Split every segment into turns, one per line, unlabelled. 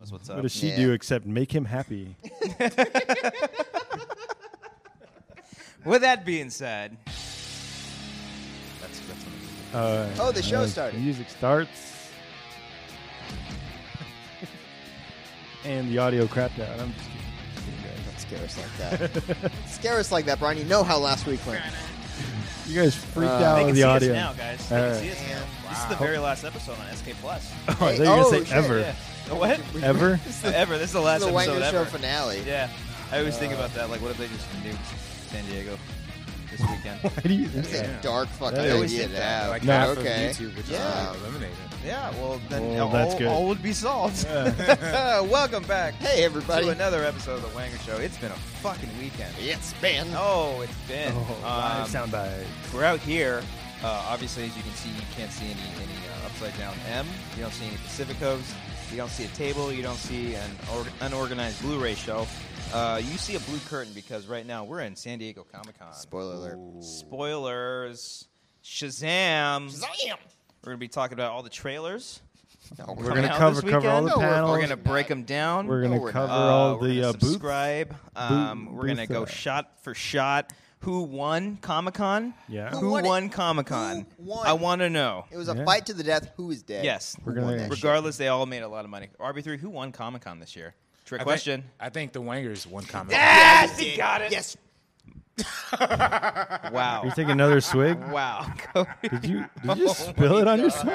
That's what's
What
up.
does she
Yeah.
do except make him happy?
With that being said,
That's, that's what I'm thinking.
Uh,
Oh, the show
uh,
started.
Music starts. and the audio crapped out. I'm just kidding.
Don't scare us like that. Don't scare us like that, Brian. You know how last week went.
You guys, you guys freaked
Uh,
out
they can
with the
see
audio.
us now, guys. They
All
can
right.
see us now.
Yeah.
This is the very last episode on SK Plus.
Oh, I thought you were
Hey,
gonna
oh,
say
shit,
ever.
yeah. The What?
Ever?
ever. This is the last
the
episode
Wagner Show
ever.
finale.
Yeah. I always think about that. Like, what if they just nuked San Diego this weekend?
Why do you
It's
think
a dark fucking
I always
idea to have.
Like
No.
half of
okay.
YouTube, which
uh,
Yeah.
is eliminated.
yeah, well, then
Well,
all,
that's good.
all would be solved. Welcome back
Hey, everybody.
to another episode of The Wanger Show. It's been a fucking weekend.
It's been.
Oh, it's been.
Oh,
Um,
live soundbite.
We're out here. Uh, obviously, as you can see, you can't see any, any uh, upside down M. You don't see any Pacificos. You don't see a table. You don't see an or- unorganized Blu-ray shelf. Uh, you see a blue curtain because right now we're in San Diego Comic Con.
Spoiler alert.
Oh. Spoilers. Shazam.
Zam!
We're gonna be talking about all the trailers.
No,
We're
coming
gonna
out
cover
this
cover all
weekend?
the
No, we're- we're
panels.
We're gonna break them down.
We're
No,
gonna
we're not.
cover
Uh,
all
we're
the
gonna
uh, booths.
subscribe. Um, we're gonna
booth,
go
uh,
shot for shot. Who won Comic Con?
Yeah.
Who,
Who won
won,
it?
Comic Con?
Who won?
I want to know.
It was a
Yeah.
fight to the death. Who is dead?
Yes.
Who
We're gonna-
won that shit?
Regardless, they all made a lot of money. RB3, who won Comic Con this year? Trick
I
question.
Think, I think the Wangers won comment.
Yes, he got it.
Yes.
Wow.
You take another swig.
wow. Cody.
Did you
Oh
did you spill it on yourself?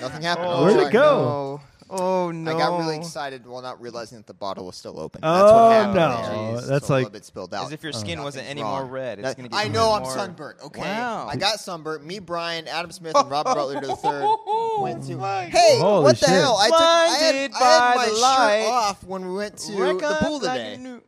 Nothing happened.
Oh,
Where'd it
Sorry.
go?
Oh no.
I got really excited while not realizing that the bottle was still open.
Oh,
That's what happened.
no. That's
Jeez, so a little
like-
bit spilled out. Oh.
As if your skin wasn't any
Wrong.
more red. It's
That-
gonna get
I
even
know I'm
more-
sunburnt. Okay,
Wow.
I got sunburnt. Me, Brian, Adam Smith, and Rob Butler to the third. Went to
my
hey,
Holy
what the
shit.
hell? I, took, I had,
Blinded
I had
by
my
the
shirt
light.
off when we went to the
Recognize
pool
like
today.
a nuke.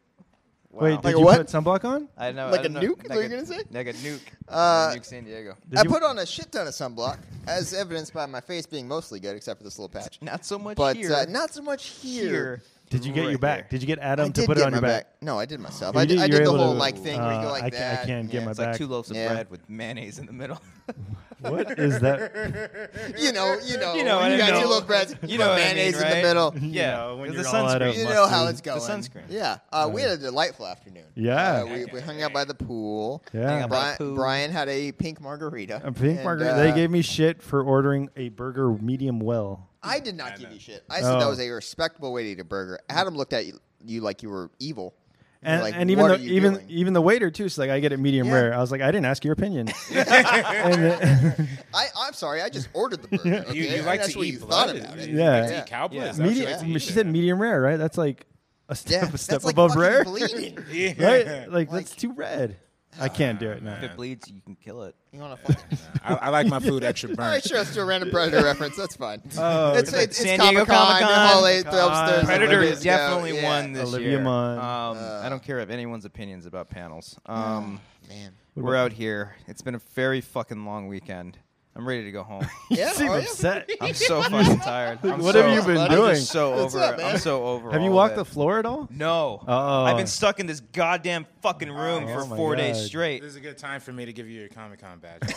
Wait,
Wow.
did
Like a
you
what?
put sunblock on?
I know.
Like
I
a
don't know.
nuke? Is what
Like
you're gonna say?
Like a nuke.
Uh,
nuke San Diego.
Did
I
you-
put on a shit ton of sunblock, as evidenced by my face being mostly good, except for this little patch.
Not so much
But
here.
uh, not so much here.
here.
Did you get
Right
your back?
there.
Did you get
I
Adam to
did
put it
get
on
my
your back?
No, I did myself.
You
I did, I
you
did
were
the
able
whole
to-
like thing where you go
uh,
like
I ca-
that.
I can't
Yeah,
get my
It's like
back.
two loaves of
Yeah.
bread with mayonnaise in the middle.
What is that?
You know, you know,
You know
when
what
Oh, you
I
got
know.
two little breads,
You know what I mean,
mayonnaise in
right?
the middle.
yeah,
know, when
with the
you're all out
sunscreen.
of
You know how
mustard.
it's going.
sunscreen.
Yeah. Uh, we had a delightful afternoon.
Yeah.
Uh, we, we hung out by the pool.
Yeah.
out by
Brian,
the pool.
Brian had a pink margarita.
A pink
And,
margarita.
uh,
they gave me shit for ordering a burger medium well.
I did not give you shit. I said that
Oh.
was a respectable way to eat a burger. Adam looked at you, you like you were evil. You're
And,
like,
and even
"What
the,
are you
even e
doing?"
even the waiter too, she's like, I get it medium
Yeah.
rare. I was like, I didn't ask your opinion. And then-
I, I'm sorry, I just ordered the burger.
You,
okay?
you like
That's
to
what
eat
you
blood?
thought about it.
You
Yeah.
like to
Yeah.
eat cow blood? Is that what you
medium,
like to eat?
she said medium rare, right? That's like a step
Yeah,
a step
that's like
above
fucking
rare,
bleeding.
right? Like, that's too red. I can't do it now.
If it bleeds, you can kill it.
You want to fucking?
I, I like my food extra
All
burnt.
right, sure. Let's do a random predator reference. That's fine. it's
like
it's,
San
it's
Diego
Comic Con.
Comic-Con.
Con.
Predator
Olivia-
definitely won this
Olivia
year.
Munn.
Um, I don't care of anyone's opinions about panels. Um,
Man.
we're out here. It's been a very fucking long weekend. I'm ready to go home.
You
Yeah,
seem
are you?
upset.
I'm so fucking tired. I'm
What
so,
have you been
I'm
doing?
Just so
What's
over.
up,
it.
man?
I'm so over.
Have you
all
walked
of
the
it.
floor at all?
No.
Oh.
I've been stuck in this goddamn fucking room
Oh,
for
my
four days
God.
straight.
This is a good time for me to give you your Comic Con badge.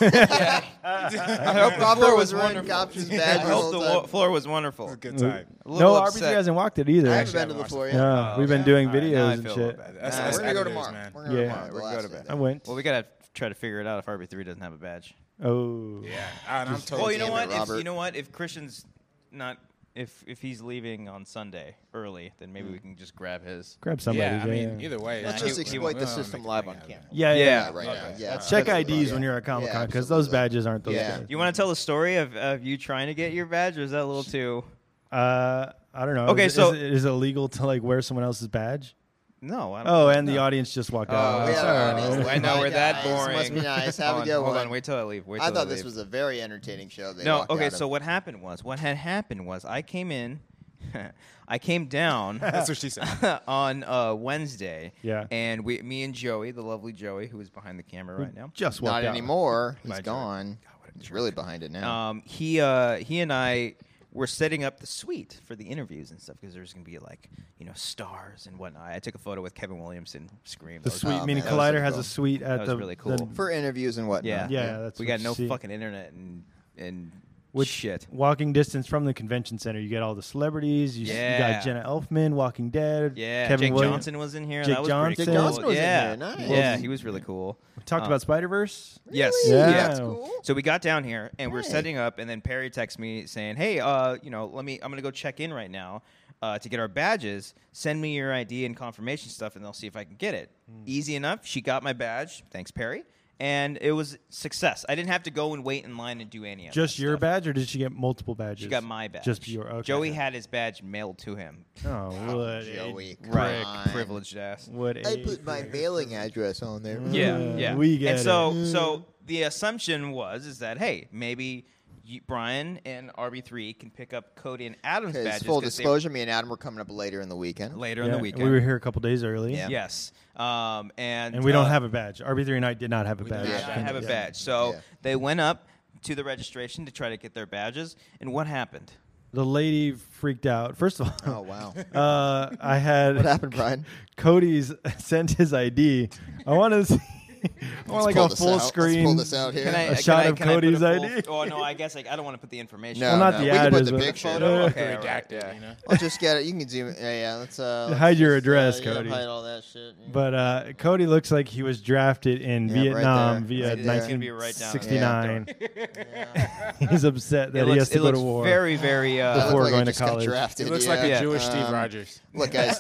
I hope the
Pablo
floor
was
was
wearing
wonderful.
Gopch's
I
badge the
hope
whole
the
time.
wa- floor was wonderful.
It's a good time.
A
No,
little
RBG
upset.
hasn't walked it either.
I haven't been to
haven't
the
watched
floor
it.
yet.
Yeah, we've been doing
now I
videos and
feel
shit.
bad.
That's-
Nah,
that's
We're gonna go
editors,
tomorrow.
man.
We're gonna
Yeah.
go tomorrow.
We're
the
gonna go
last
to
day.
bed.
I went.
Well, we gotta try to figure it out if RB3 doesn't have a badge.
Oh,
Yeah, and I'm totally.
Well, you know
damn
what?
it,
If,
Robert.
you know what? If Christian's not, if if he's leaving on Sunday early, then maybe we can just grab his.
Mm. grab somebody.
Yeah, I mean,
yeah.
either way.
Let's
he-
just
he
exploit
won't-
the
no, no,
system
make a
live
thing
on
out of it.
camera.
yeah, yeah.
Yeah.
right now.
Okay.
Yeah, that's
Check
totally
IDs
fine.
when you're at Comic Con because those
absolutely.
badges aren't those
Yeah.
guys.
You want to tell the story of, of you trying to get your badge, or is that a little too?
Uh, I don't know.
Okay,
is,
so-
is, it- is it illegal to like wear someone else's badge?
No. I don't
Oh, and the audience just walked
Oh,
out.
we had
Sorry.
an audience.
I know we're that
Guys,
boring.
must be nice. Have a
hold on,
good
hold
one.
on, wait till I leave. Wait
I
till
thought
leave.
this was a very entertaining show. They
No,
walked
okay.
out of.
So what happened was, what had happened was, I came in I came down
That's what she said.
on uh, Wednesday.
Yeah.
And we, me and Joey, the lovely Joey, who is behind the camera right now.
Just walked
Not
out.
anymore. He's
Imagine.
gone. He's really behind it now.
Um, he uh, he and I were setting up the suite for the interviews and stuff because there's gonna be like you know stars and whatnot. I took a photo with Kevin Williamson. Scream.
The
That was-
Sweet
Oh,
Mini
man, that was really
Collider has
cool.
a suite
That
at
was
the
really cool.
the-
For interviews and whatnot.
yeah,
Yeah, that's
we
what
got
you
no
see.
fucking internet and and
which
shit.
Walking distance from the convention center, you get all the celebrities. You, s- you
Yeah.
got Jenna Elfman, Walking Dead.
Yeah,
Kevin
Jake
Williams.
Johnson was in here.
Jake
that was pretty cool.
Johnson. Jake Johnson
was in
yeah.
here, nice.
Yeah, he was really cool.
We talked
Uh,
about Spider Verse.
Yes.
Yeah.
That's cool.
So we got down here and we're
Hey.
setting up, and then Perry texts me saying, "Hey, uh, you know, let me. I'm gonna go check in right now uh, to get our badges. Send me your ID and confirmation stuff, and they'll see if I can get it.
Hmm.
Easy enough. She got my badge. Thanks, Perry. And it was success. I didn't have to go and wait in line and do any of
Just
that
your
stuff.
badge, or did she get multiple badges?
She got my badge.
Just your. Okay.
Joey had his badge mailed to him.
Oh, what
Joey,
A,
come
Right.
on.
Privileged ass.
what
I
a
put my mailing address on there.
Yeah,
Uh,
yeah.
we get
and so,
it.
so the assumption was is that hey, maybe you, Brian and RB3 can pick up Cody and Adam's
Because
badges.
full
'cause they-
disclosure, me and Adam were coming up later in the weekend.
later in
Yeah,
the weekend.
We were here a couple days early.
Yeah.
Yes, um, and
And we don't
uh,
have a badge. RB3 and I did not have a badge.
did
badge.
not have a
Yeah.
badge. So
Yeah.
they went up to the registration to try to get their badges, and what happened?
The lady freaked out. First of
Oh
all,
wow.
uh, I had
What happened, Brian?
Cody's sent his ID. I want to see. I want like
pull
a
this
full
out. Let's pull
screen.
this out here.
Can I
A
can
shot
I,
of
can I put a
Cody's
full-
ID?
Oh no, I guess like I don't want to put the information.
No,
Well, not
no.
the
we can
ad
put
is
the
what-
picture.
Photo? Okay, all right.
Redacted, you know?
I'll just get it. You can zoom. Yeah, yeah. Let's uh, let's
Hide your
just,
address,
uh, yeah,
Cody.
Hide all that shit. yeah.
But uh, Cody looks like he was drafted in
Yeah, right
Vietnam
there.
via
Right there. It's
gonna be right down
1969. He's upset that
It
he
looks,
has to
it
go
looks
to war.
very, very.
That
Uh,
Before-
looked like I
going to
just got
college.
drafted,
It looks
yeah.
like a Jewish Steve
Um,
Rogers.
Look, guys,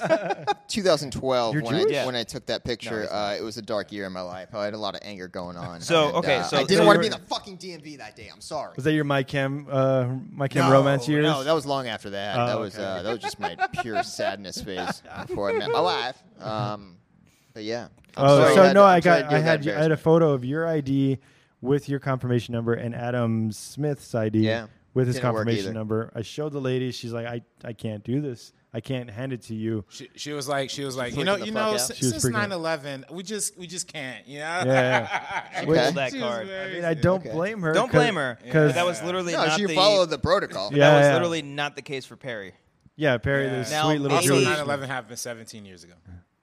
2012
You're
when
Jewish?
I
Yeah.
when I took that picture,
he's
uh, it was a dark year in my life. I had a lot of anger going on.
So,
and,
okay,
uh,
so-
I
so
didn't want
you
to be in
were-
the fucking DMV that day. I'm sorry.
Was that your My Chem, uh, My Chem
no,
romance years?
No, that was long after that.
Oh,
that was
okay.
uh, that was just my pure sadness phase before I met my wife. Um, but yeah. I'm
Oh,
sorry,
so
had
no,
to-
I
I'm sorry
got,
to
I
deal with that
had, I had a photo of your ID with your confirmation number and Adam Smith's ID
Yeah.
with his
Didn't work
confirmation
either.
number. I showed the lady. She's like, I, I can't do this. I can't hand it to you.
She, she was like, she was like, you
freaking
know,
the fuck
you know,
out.
si-
She was
since
freaking out.
9/11, we just, we just can't, you know.
Yeah.
She
Which-
was
that card.
very-
I mean, I don't
Okay.
blame her.
don't
'cause-
blame her.
Cause,
But that was literally
embarrassing. No,
not
so you
the.
followed the protocol.
Yeah.
that was literally not the case for Perry.
yeah, Perry,
Yeah.
the
Now,
sweet little
also,
maybe-
Jewish.
9/11 happened 17 years ago.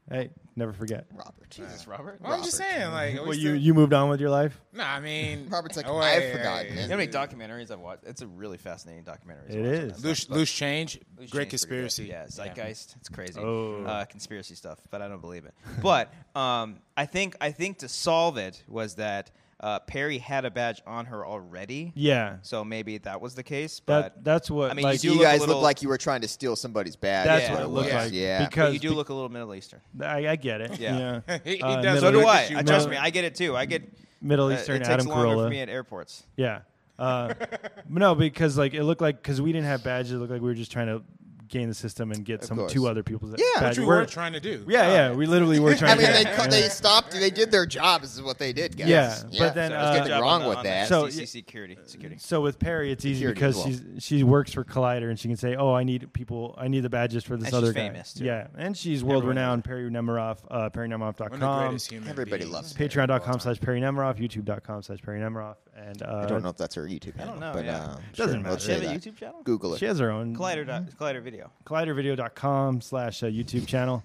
Hey, never forget.
Robert.
Jesus, Robert.
Well, I'm just saying, like, are we
Well, you,
still-
you moved on with your life.
No, I mean,
Robert's like,
oh,
I've
hey,
forgotten
hey,
it.
You know how many documentaries I've watched? It's a really fascinating documentary.
It is.
Loose, loose change,
Loose
great
change is pretty good.
conspiracy.
Yeah, zeitgeist. It's crazy.
Oh.
Uh, conspiracy stuff, but I don't believe it. but um, I think I think to solve it was that uh, Perry had a badge on her already.
Yeah,
So maybe that was the case. But
that that's what.
I mean,
like,
you
You,
do look a
guys
little-
look like you were trying to steal somebody's badge.
that's
is
Yeah,
what it looked
was.
like.
Yeah.
but
because
you do look a little Middle Eastern.
I, I get it.
Yeah.
Yeah.
He- he
Uh,
does
So
look
do
at
I.
you
I
now.
trust me. I get it too. I get
Middle
uh,
Eastern
it takes
Adam
longer
Carolla.
for me at airports.
Yeah. Uh, no, because like it looked like because we didn't have badges, it looked like we were just trying to game the system and get some
course.
two other people's
Yeah,
badge.
which
What you
We're-
were trying to do?
yeah, yeah, we literally were trying.
I mean,
to
they,
get-
cu-
yeah.
they stopped. They did their job. This is what they did, guys.
Yeah, but then,
so
uh,
there's
Good
nothing
job
wrong
on the-
with
on the
that.
So, uh,
FCC
yeah.
security. Security.
So with Perry, it's easy
Security
because
as well.
she's she works for Collider and she can say, "Oh, I need people. I need the badges for this
And she's
other guy."
famous, too.
Yeah, and she's world renowned. Perry Nemiroff, uh,
One of the
PerryNemiroff.com,
greatest human
Everybody
beings.
loves Perry.
Patreon.com slash Perry Nemiroff, YouTube.com slash Perry Nemiroff, and uh,
I don't know if that's her YouTube. I
don't know,
But,
yeah.
uh,
Doesn't
sure,
matter.
Does
let's
she have
say
a
that.
YouTube channel?
Google it.
She has her own
Collider. dot- Collider video.
collidervideo.com slash uh, YouTube channel.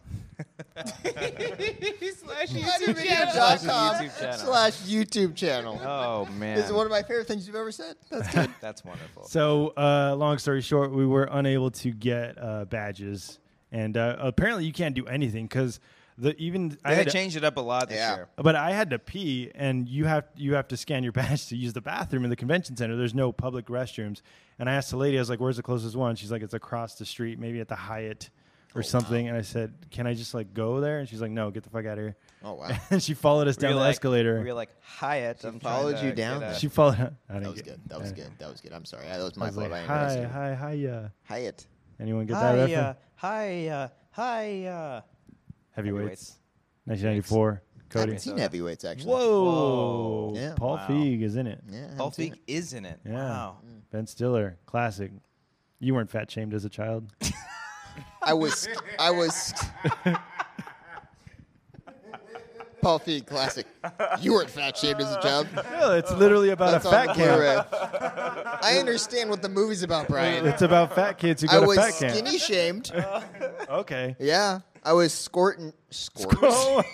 channel.
YouTube
YouTube channel.
slash YouTube channel.
Oh man.
This is one of my favorite things you've ever said. That's good.
That's wonderful.
So, uh, long story short, we were unable to get uh, badges, and uh, apparently you can't do anything because the even I
They
had
had
to-
changed it up a lot this
Yeah.
year.
but I had to pee, and you have you have to scan your badge to use the bathroom in the convention center. There's no public restrooms, and I asked the lady, I was like, "Where's the closest one?" She's like, "It's across the street, maybe at the Hyatt."
Oh,
Or something, and I said, "Can I just like go there?" And she's like, "No, get the fuck out of here."
Oh, wow.
And she followed us down
We're
the
like-
escalator.
We're like Hyatt. She
followed you down there.
she followed. I didn't
That was
get-
good. That was
I-
good. That was good. I'm sorry. That was
I
my
was
fault.
like,
I didn't
"Hi,
notice
hi, hi, uh,
you. Hyatt.
Anyone get that reference?
Hiya, hiya, hiya.
Heavyweights. 1994.
I
Cody.
haven't seen heavyweights, actually.
Whoa.
Yeah.
Paul
Wow.
Feig is in it.
Yeah, I haven't
Paul
seen
Feig
it.
is in it.
Yeah.
Wow.
Ben Stiller, classic. You weren't fat shamed as a child.
I was. I was. Paul Feig classic. You weren't fat shamed as a child.
No, it's literally about
That's
a
on
fat kid.
Blu-ray. I understand what the movie's about, Brian.
It's about fat kids who
I
go to
was
fat camp.
skinny shamed.
Okay.
Yeah, I was squirting. Squirt.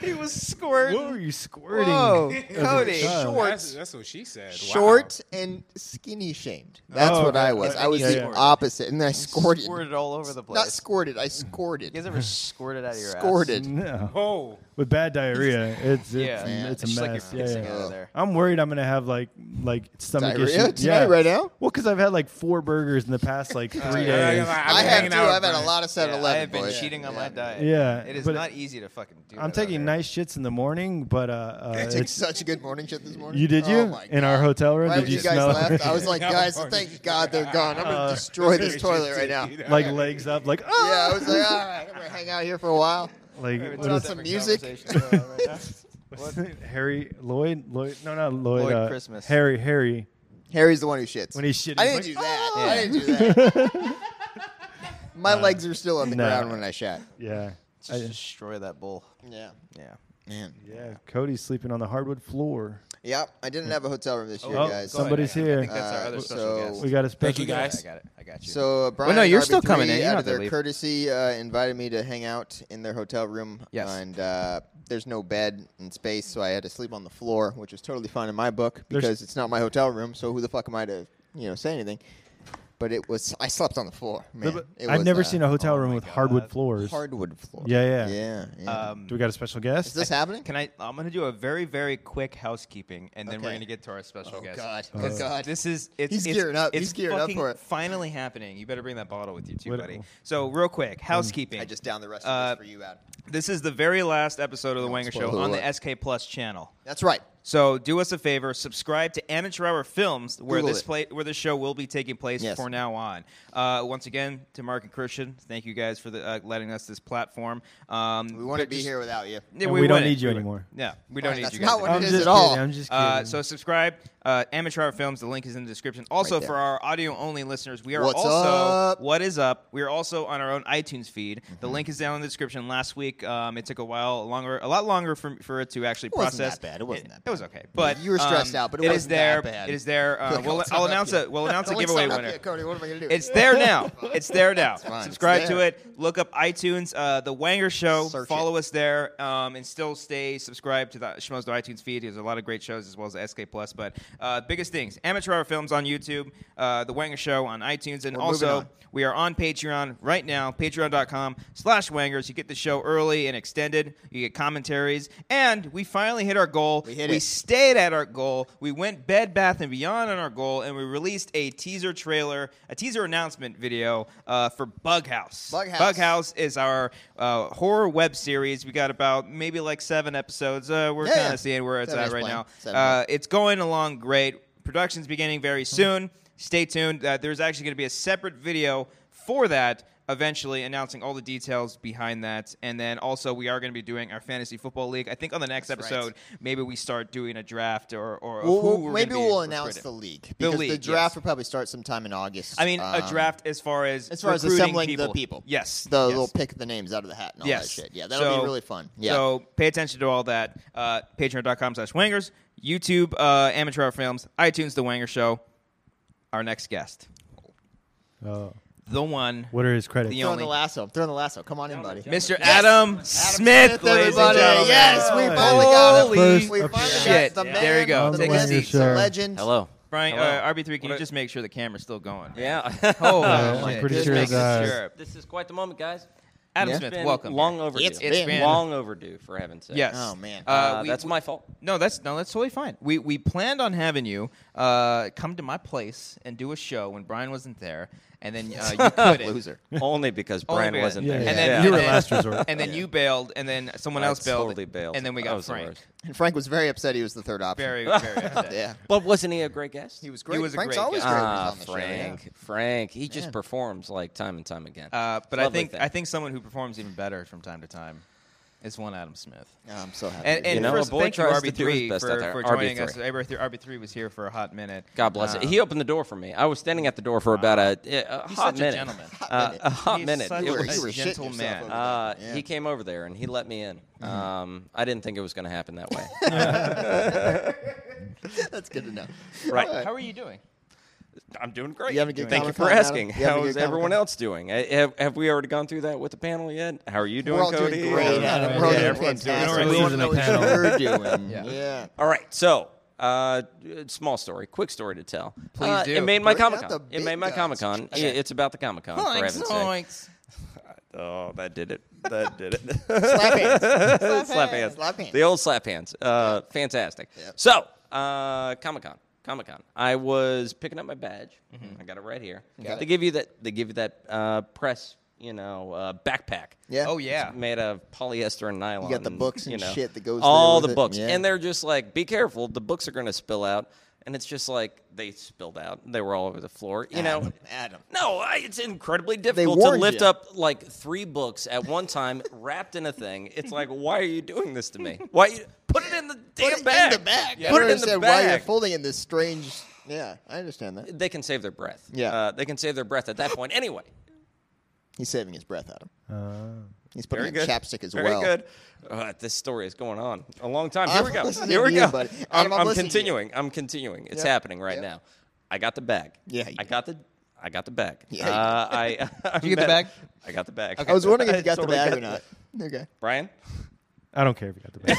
He was squirting.
What were you squirting?
Whoa,
as a
Cody.
child?
Short.
That's, that's what she said. Wow.
Short and skinny shamed. That's
Oh,
what I
okay.
was. I was
Yeah,
the
yeah.
opposite, and then I squirted.
Squirted all over the place.
Not squirted. I
you guys
squirted.
ever squirted out of your ass?
Squirted.
No.
Oh,
With bad diarrhea, it's it's,
Yeah.
Man,
it's a
Just like you're
mess. Yeah,
fixing
yeah.
out of there.
I'm worried I'm gonna have like like stomach
Diarrhea
issues.
tonight, right now?
Well, because I've had like four burgers in the past like three days.
I've
I
been
have
hanging
too.
out with
I've had a
Brian.
lot of 7
Yeah, I
Eleven,
have been
boys.
cheating on my diet.
Yeah,
It is
but-
not easy to fucking do
I'm
that out
taking
there.
nice shits in the morning, but uh, uh
I took
it's-
such a good morning shit this morning.
you did you
Oh my
in our
God.
hotel room?
Right
did
when
you,
you guys
smell Uh,
left, I was like,
No.
guys, thank God they're gone. I'm gonna destroy this toilet right now.
Yeah.
like legs up, like oh,
Yeah, I was like, all right, I'm gonna hang out here for a while.
like
It's
what
not
on
is,
some
different
music.
conversation going on right now.
what's his name? Harry Lloyd Lloyd? No, not Lloyd.
Lloyd
uh,
Christmas.
Harry Harry.
Harry's the one who shits.
When he's shitting,
I
he's
didn't do
like,
that.
"Oh!"
I didn't do that. My
Uh,
legs are still on the
no.
ground when I shat.
Yeah,
Just destroy that bull.
Yeah,
Yeah.
man.
yeah. Cody's sleeping on the hardwood floor.
Yep, I didn't have a hotel room this year,
oh,
guys.
Go ahead.
somebody's
I- I
here.
think that's our
Uh,
other
so-
special
We
guest.
got a special.
Thank you,
guest.
guys.
I got it. I got you.
So uh, Brian,
no,
and
you're still
RB3,
coming in. You don't
Out
have
of
to
their
leave.
courtesy, uh, invited me to hang out in their hotel room.
Yes.
And uh, there's no bed and space, so I had to sleep on the floor, which was totally fine in my book because
There's-
it's not my hotel room. So who the fuck am I to, you know, say anything? But it was. I slept on the floor. Man. It
I've
was,
never
uh,
seen a hotel room with hardwood floors.
hardwood floor.
Yeah, yeah.
yeah. yeah.
Um,
Do we got a special
Is
guest?
this happening?
Can I? I'm gonna do a very, very quick housekeeping, and then we're
Okay.
gonna get to our special
Oh,
guest.
God. Oh,
'Cause
God.
This is it's,
He's
it's-
gearing up.
It's
He's gearing up
fucking
for it.
Finally happening. You better bring that bottle with you too,
What-
buddy. So real quick, housekeeping.
Um, I just downed the rest of
Uh,
this for you, Adam.
This is the very last episode of the Wanger
spoil
Show on
who
the
what.
SK Plus channel.
That's right.
So do us a favor, subscribe to Amateur Hour Films, where
Google
this
it.
play, where this show will be taking place
Yes.
for now on. Uh, once again, to Mark and Christian, thank you guys for the, uh, letting us this platform. Um,
We wouldn't
but
be
just-
here without you.
Yeah,
And we don't
wouldn't.
need you
We would-
anymore.
Yeah, we don't
Right,
need
that's
you guys.
not what
anymore.
it
I'm
is
just
at all.
kidding. I'm just kidding.
Uh, so subscribe, uh, Amateur Hour Films. The link is in the description. Also
Right there.
for our audio-only listeners, we are
What's
also
up? Mm-hmm.
what is up. We are also on our own iTunes feed. The link is down in the description. Last week, um, it took a while longer, a lot longer for, for it to actually
It wasn't
process.
that bad. It wasn't that
It
bad.
was okay, but
You were stressed
um,
out, but it
it is
wasn't
there.
that bad.
It is there. Uh,
Like,
we'll,
it's
I'll
not
announce
up yet.
a we'll announce a
Don't let
giveaway
sign up
winner.
yet, Cody. What am I gonna do?
It's there now. It's there now.
fine.
Subscribe
It's
to
there.
it. Look up iTunes, uh, The Wanger Show.
Search
Follow us there, um, and still stay subscribed to the Schmoes the iTunes feed. There's a lot of great shows as well as the SK Plus. But uh, biggest things: Amateur Hour Films on YouTube, uh, The Wanger Show on iTunes, and
We're moving
also
on.
we are on Patreon right now. Patreon.com/slash Wangers. You get the show early and extended. You get commentaries, and we finally hit our goal.
We hit it.
stayed at our goal. We went Bed Bath and Beyond on our goal, and we released a teaser trailer, a teaser announcement video uh, for Bug House.
Bug House.
Bug House is our uh, horror web series. We got about maybe like seven episodes. Uh, we're
Yeah,
kind
yeah.
of seeing where it's
Seven
at
is
right
plenty. Hmm.
now.
Seven
Uh, it's going along great. Production's beginning very soon. Stay tuned. Uh, there's actually going to be a separate video for that eventually announcing all the details behind that and then also we are going to be doing our fantasy football league i think on the next
That's right.
episode maybe we start doing a draft or, or of
Well,
who
well,
we're
maybe
gonna be
we'll announce the
recruiting.
league
The
because the,
league,
draft
yes.
will probably start sometime in August.
i mean a
Um,
draft as far as
as far as
recruiting
assembling
people.
the people.
yes
the
yes.
little pick the names out of the hat and all
yes.
that shit. Yeah, that'll
So-
be really fun. Yeah,
So pay attention to all that. Uh, Patreon.com slash wangers, YouTube, uh, amateur hour films, iTunes, The Wanger Show. Our next guest,
Oh,
the one,
what are his credits?
The
throwing
only-
the lasso, throwing the lasso. Come on in, buddy.
Mr. Adam, Smith,
Smith,
ladies and
everybody.
gentlemen.
Yes, we
Yeah.
finally got him.
Holy
we finally
shit.
got the man.
There you go.
the
Take a
myth,
seat,
the
sir.
legend.
Hello.
Brian,
Hello.
uh, RB3, can
What
you
a-
just make sure the camera's still going?
Yeah.
Oh,
Yeah, Uh, I'm
shit.
pretty
Just
sure
making
that-
sure.
This is quite the moment, guys.
Adam
Yeah.
It's
Smith,
been
welcome.
Long overdue.
It's
It's been- been-
long overdue, for heaven's sake.
Yes.
Oh, man.
Uh,
Uh, we-
that's my fault.
No, that's no, that's totally fine. We we planned on having you uh, come to my place and do a show when Brian wasn't there, and then uh, you couldn't.
Loser.
Only because
Only
Brian
because-
wasn't
Yeah,
there. uh,
yeah.
And then
You were
and then-
last resort.
And then you bailed, and then someone
I
else bailed.
totally bailed.
And then we
I
got
was the
Frank.
worst.
And Frank was very upset. He was the third option.
Very, very upset.
Yeah,
But wasn't he a great guest?
he was great.
was a
Frank's
great
always
guy.
great. when he's
Ah,
on the show,
Frank. Frank. He just performs like time and time again.
Uh, but I
Lovely
think
thing.
I think someone who performs even better from time to time It's one Adam Smith.
Oh, I'm so happy.
And,
to
and
hear
know,
first,
a boy
thank you,
tries to do his
RB3,
best
for,
out there.
for joining us.
RB3.
RB3, RB3 was here for a hot minute.
God bless it.
Um,
He opened the door for me. I was standing at the door for about a, a
He's such
hot
a
minute.
gentleman.
Uh, a hot
He's
minute.
such
It
a
was-
You were shitting
gentle
yourself
man.
over
Uh,
that. Yeah.
He came over there and he let me in.
Mm-hmm.
Um, I didn't think it was going to happen that way.
That's good to know.
right.
How are you doing?
I'm doing great.
You having a good
Thank you for
Comic-Con, Adam?
asking.
You having a
How
good
is everyone
Comic-Con?
else doing? I- Have, have we already gone through that with the panel yet? How are you doing,
We're all
Cody?
doing great. Adam. We're all
Yeah,
doing
everyone's doing
fantastic.
great.
We want to
Losing
know
the
what
panel.
you're doing.
Yeah.
yeah.
All right. So, uh, small story, quick story to tell.
Please
Uh,
do.
It made my
Bring out
Comic Con.
the
It made
big
my
guns.
Comic Con. It's about the Comic Con. for heaven's sake. Oh, that did it. That did it.
Slap hands.
slap hands.
Slap hands.
The old slap hands. Uh, Fantastic. So, uh, Comic Con. Comic Con. I was picking up my badge. I got it right here.
Mm-hmm. Got
they
it.
give you that. They give you that uh, press. You know, uh, backpack.
Yeah.
Oh yeah.
It's made of polyester and nylon.
the books and
you know,
shit that goes
All
there
the
with it.
books,
Yeah.
and they're just like, be careful, the books are going to spill out, and it's just like they spilled out. They were all over the floor. You know,
Adam, Adam.
No, I, it's incredibly difficult to
warned
lift
you.
up like three books at one time, wrapped in a thing. It's like, why are you doing this to me? Why you put it in the damn
Put it
bag?
in the bag. I
Put
don't
it in the
understand why you're
bag.
folding in this strange. Yeah, I understand that.
they can save their breath.
Yeah.
uh, they can save their breath at that point. Anyway,
He's saving his breath, Adam.
Oh.
He's putting
very
on
good.
chapstick as
very
well.
good. Uh, this story is going on a long time. Here
I'm
we go.
listening
Here we
to you,
go.
buddy.
I'm,
Adam, I'm
I'm
listening to you.
continuing. I'm continuing. It's
Yeah.
happening right
Yeah.
now. I got the bag.
Yeah, you
I
did.
got the. I got the bag.
Yeah, you
uh, I, I
you get the
met-
bag?
I got the bag.
I was wondering if you
I
got
totally
the bag
got
or not. Okay.
Brian.
I don't care if you got the bag.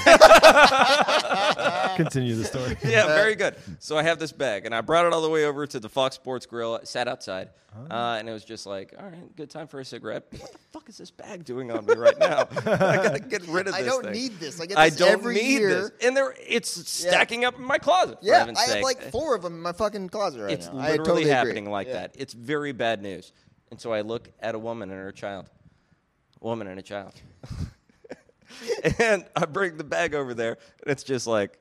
Continue the story.
yeah, very good. So I have this bag, and I brought it all the way over to the Fox Sports Grill. Sat outside, uh, and it was just like, all right, good time for a cigarette. What the fuck is this bag doing on me right now? I gotta get rid of this.
I don't
thing.
need this. I get
I
this
don't
every
need
year.
this, and there it's stacking up in my closet. for
Yeah,
heaven's
I have
sake.
like four of them in my fucking closet right
It's
now. I
literally
totally agree.
happening like
Yeah.
that. It's very bad news. And so I look at a woman and her child. Woman and a child. and I bring the bag over there, and it's just like,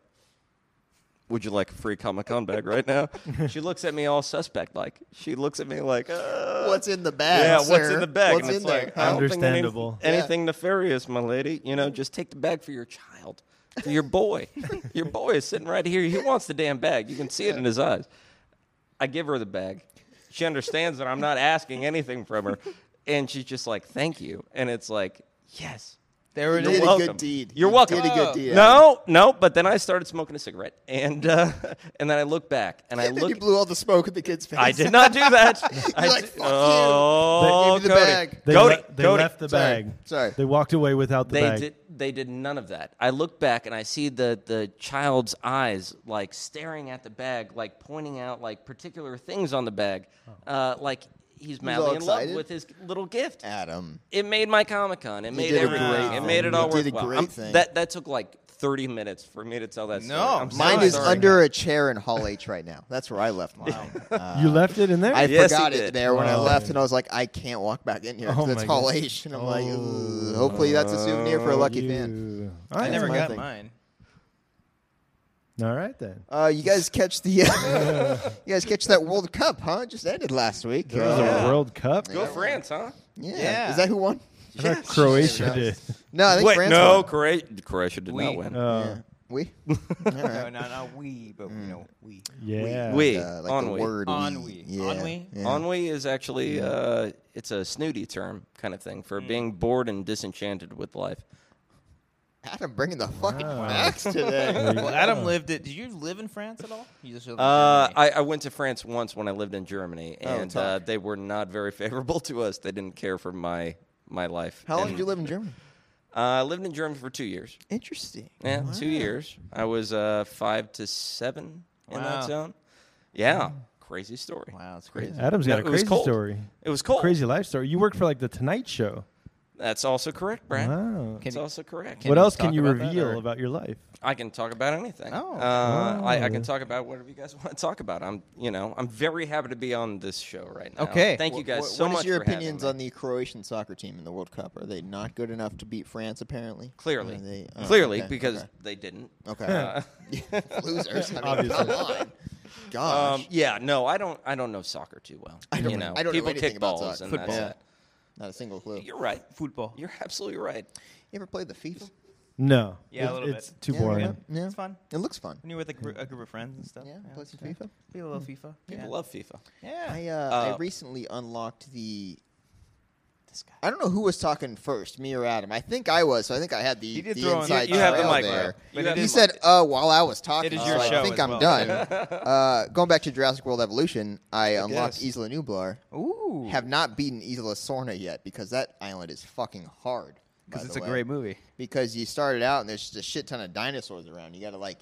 would you like a free Comic Con bag right now? she looks at me all suspect like. She looks at me like, uh,
What's in the bag?
yeah, what's
sir?
in the bag?
What's
and
in
it's
there?
like,
huh?
I don't think any-
Understandable.
Yeah.
anything nefarious, my lady. You know, just take the bag for your child, for your boy. your boy is sitting right here. He wants the damn bag. You can see it in his eyes. I give her the bag. She understands that I'm not asking anything from her, and she's just like, "Thank you." And it's like, "Yes."
There it
You
is.
did a
welcome.
good deed.
You're
You
welcome.
Did a good deed. Adam.
No, no, but then I started smoking a cigarette, and uh, and then I look back, and I
And then you
look.
blew all the smoke in the kid's face.
I did not do that. I
like,
did-
"Fuck you." They
oh,
gave you the
Cody.
bag.
They,
Cody,
le- they
Cody.
left the
Sorry.
bag.
Sorry.
They walked away without the
they
bag.
did they did none of that i look back and i see the the child's eyes like staring at the bag like pointing out like particular things on the bag uh, like he's madly
all
in love
excited?
with his little gift
Adam.
it made my comic con it made
did a
everything
great
it
thing.
made it all
You did a
worthwhile
great
I'm-
thing.
that that took like 30 minutes for me to tell that story
No,
I'm so
Mine is
sorry.
under a chair in Hall H right now. That's where I left mine. Uh,
you left it in there.
I
Yes, he
forgot it
did.
there when I
Wow.
left, and I was like, I can't walk back in here. 'cause
Oh
it's
my
Hall
God.
H, and I'm like,
Oh.
"Ooh, hopefully that's a souvenir for a lucky fan.
You- All
I
right.
never
my
got
thing.
mine.
All right then.
Uh, you guys catch the uh, you guys catch that World Cup, huh? It Just ended last week.
There was a
Uh,
World Cup.
go france huh
yeah.
Yeah.
is that who won?
I thought Croatia did.
No, I think
wait
France
no
won.
croatia croatia did not
We-
win
Uh,
Yeah. We
No, no, no. We, but you
Mm.
know, we.
yeah.
we
uh, like
on
the
we
word
Ennui.
Yeah.
Ennui?
Yeah.
Ennui is actually uh, it's a snooty term kind of thing for being bored and disenchanted with life.
Adam bringing the fucking
Wow.
facts today.
Well, Adam lived it. Did you live in France at all? You just lived in
Uh,
Germany.
I, I went to France once when I lived in Germany,
Oh,
and uh, they were not very favorable to us. They didn't care for my my life.
How long
And,
did you live in Germany?
Uh, I lived in Germany for two years.
Interesting.
Yeah, two years. I was uh, five to seven in that
Wow.
zone. Yeah, crazy story.
wow, it's crazy.
Adam's
No,
got
it
a
was
crazy
cold.
story.
It was cold.
Crazy life story. You worked for like the Tonight Show.
That's also correct, Brad.
Wow.
That's also correct.
what
you
else
talk
can you
about that,
reveal
or-
about your life?
I can talk about anything.
Oh.
uh, I, I
Oh.
can talk about whatever you guys want to talk about. I'm, you know, I'm very happy to be on this show right now.
Okay.
thank you guys
What-
so
what
much.
is your
for having
opinions
me.
on the Croatian soccer team in the World Cup? Are they not good enough to beat France? Apparently,
Clearly,
Are they- oh,
clearly,
okay,
because
okay.
they didn't. Uh,
Okay. Losers. I mean, Come on. Gosh.
Um, yeah, no, I don't. I don't know soccer too well.
I don't
you
know-
know,
I don't know
people
anything
kick
about
balls
soccer.
and
Football.
that's it.
Not a single clue. You
You're right.
Football.
You're absolutely right.
ever played the FIFA?
No.
Yeah, a
It's-
little bit.
It's too
Yeah,
boring.
yeah, yeah.
It's fun.
It looks fun.
When you're with a, gr- a group of friends and stuff.
Yeah, play some
yeah.
FIFA. Hmm.
Be a little FIFA.
People
Yeah.
love FIFA.
Yeah.
I uh, I
Uh,
recently unlocked the.
This guy.
I don't know who was talking first, me or Adam. I think I was, so I think I had the,
He did
the
throw in-
inside
You- you have the
trail
mic,
there.
Adam. You have
he
the
said,
mic.
"Uh, while I was talking."
It is
so
your
I
show
think
as
I'm
well.
done. uh, going back to Jurassic World Evolution, I unlocked
guess.
Isla Nublar.
Ooh.
Have not beaten Isla Sorna yet because that island is fucking hard. by
Because it's
the
a
way.
great movie.
because you started out and there's just a shit ton of dinosaurs around. You got to like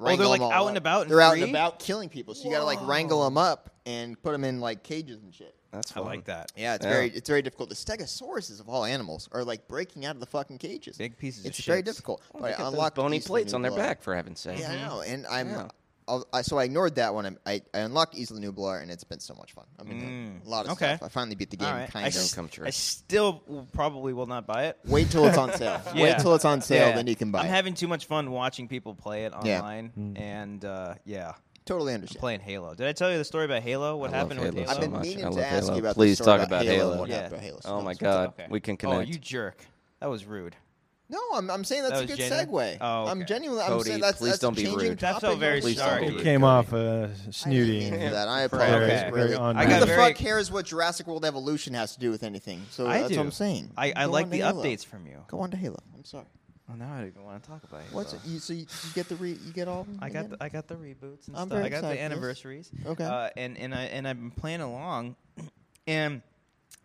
Oh, they're,
wrangle
like,
them all
out
up.
and about and
they're out and
free?
about killing people, so you got to like wrangle them up and put them in like cages and shit.
That's
I
fun.
like that.
Yeah, it's
Uh, Yeah.
very it's very difficult. The stegosauruses of all animals are like breaking out of the fucking cages.
Big pieces of
It's very
shits.
difficult.
Oh,
but
look at
I
those
unlocked
bony
Isla
plates on their
Nublar.
back, for heaven's sake.
Yeah, I know. And I'm
Yeah.
I'll, I, so I ignored that one. I'm- I, I unlocked Isla Nublar, and it's been so much fun. I mean, a lot of
Mm, Okay.
stuff. I finally beat the game.
All right.
Kind
I,
of.
s-
come true.
I still will- probably will not buy it.
Wait till it's on sale. Wait
Yeah.
till it's on sale,
Yeah.
then you can buy.
I'm
it.
having too much fun watching people play it
Yeah.
online, and uh, yeah,
totally understand.
playing Halo. Did I tell you the story about Halo? What
I love
happened with
Halo
Halo?
I've
so
been
much.
meaning
I
to
love
ask
Halo.
you about the
Please
story
talk
about
about
Halo and
Halo.
what
Yeah.
happened to Halo.
Oh my
Snowden.
God,
Okay.
we can
Oh,
connect.
you jerk! That was rude.
No, I'm, I'm saying that's
That
a
was
good
genuine?
segue.
Oh, okay.
I'm gegenuinely. I'm
Cody,
saying that's,
please
that's
don't be
changing
rude.
That felt
topic
very
altogether.
Please don't be
sorry.
It came off uh,
I didn't mean
snooty.
for that. I
Very-
apologize.
very
Really.
on-
I
Who
got
the
very-
fuck cares what Jurassic World Evolution has to do with anything? So
I
that's
do.
what I'm saying.
I, I
Go
like
on to
the
Halo.
updates from you.
Go on to Halo. I'm sorry.
Well, Oh, now I don't even want to talk about it.
What's it? You, so you, you get the re, you get all. of them
I got
again?
the, I got the reboots and
I'm
stuff.
very
I got the
excited for this.
anniversaries.
Okay.
Uh, and and I and I've been playing along, and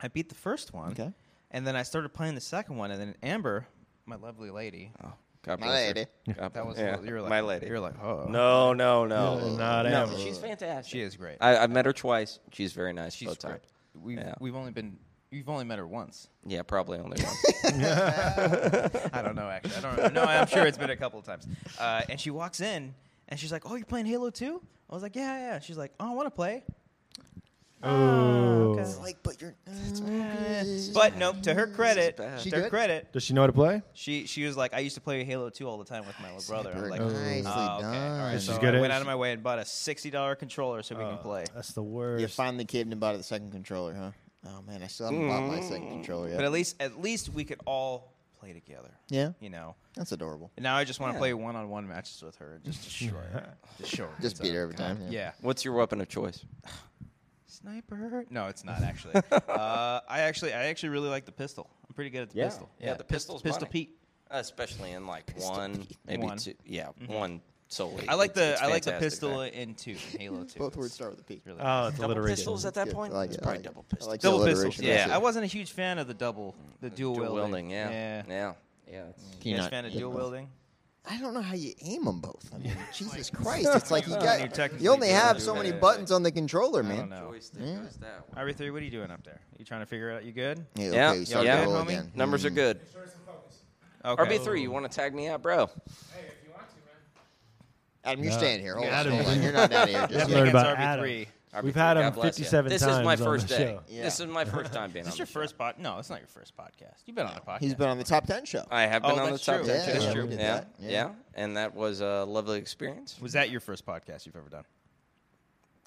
I beat the first one.
Okay.
And then I started playing the second one, and then Amber, my lovely lady,
Oh, God
My
bless her.
lady.
God bless-
that was
yeah.
you're like
my lady.
You're like oh
no, no, no,
No, not
no.
Amber.
She's fantastic.
She is great.
I, I've met her twice. She's very nice.
She's
both
great.
times.
We've
Yeah.
we've only been you've only met her once.
Yeah, probably only once.
I don't know actually. I don't know. No, I'm sure it's been a couple of times. Uh, and she walks in and she's like, "Oh, you're playing Halo 2? I was like, "Yeah, yeah." She's like, "Oh, I want to play."
Oh.
It's like, but you're.
But nope. To her credit,
bad.
to
She
her
good?
credit,
Does she know how to play?
She she was like, I used to play Halo 2 all the time with my little brother. I'm
very
like,
nicely
"Ah, okay.
done.
All right.
Is
she
So
good
I
at
went
it?
out of my way and bought a sixty dollar controller so we can play.
Oh, That's the
You
worst.
finally caved and bought the second controller, huh? Oh man, I still haven't bought my second controller yet.
But at least at least we could all play together.
Yeah.
You know.
That's adorable.
And now I just want to
Yeah.
play one on one matches with her and just destroy her. Just show her.
Just
what's
beat her
up.
every time. Yeah.
Yeah.
What's your weapon of choice?
Sniper. No, it's not actually. uh, I actually I actually really like the pistol. I'm pretty good at the
Yeah.
pistol.
Yeah, the pistol's
pistol
money.
Pete.
Especially in like one, maybe
One.
two. Yeah, one solely.
I like
It's-
the
it's
I like the
fantastic
pistol
there.
in two in Halo 2.
Both
It's
words start with a P.
really
oh, it's
Double
alliteration.
pistol is at that point?
I like
it's
it, I
probably
like it.
double
I
pistol.
like the
double pistols.
alliteration.
Yeah,
That's
I
it.
wasn't a huge fan of the double, the dual,
dual
wielding.
wielding. Yeah,
yeah. Mm.
yeah, yeah. it's-
You
You
guys
not-
fan of
you
dual
know.
wielding?
I don't know how you aim them both. I mean, Jesus Christ! It's like you
you're
got
technically
you only
good
have
at
so
it.
many
Yeah.
buttons on the controller, man.
I don't know. RB3, what are you doing up there? You trying to figure it out? You good?
Yeah,
Yeah.
okay, you start
Yeah.
to roll
Homie.
again.
Numbers are good.
Okay.
RB3, you want to tag me out, bro?
Adam, you're staying here. Hold on,
Adam,
hold on.
you-
You're not down here.
I've
Just
Yeah.
learned
Against
about
RB3.
Adam. We've had him 57
this
times
This is my
on
first
the
day.
show.
Yeah.
This is my first time being on
Is
the
your
show.
first pod? No, it's not your first podcast. You've been on a podcast.
he's been on the top ten show.
I have
Oh,
been on the
that's
top
true.
10
Yeah,
show.
that's true. We did
Yeah.
that.
Yeah.
Yeah.
and that was a lovely experience.
Was that your first podcast you've ever done?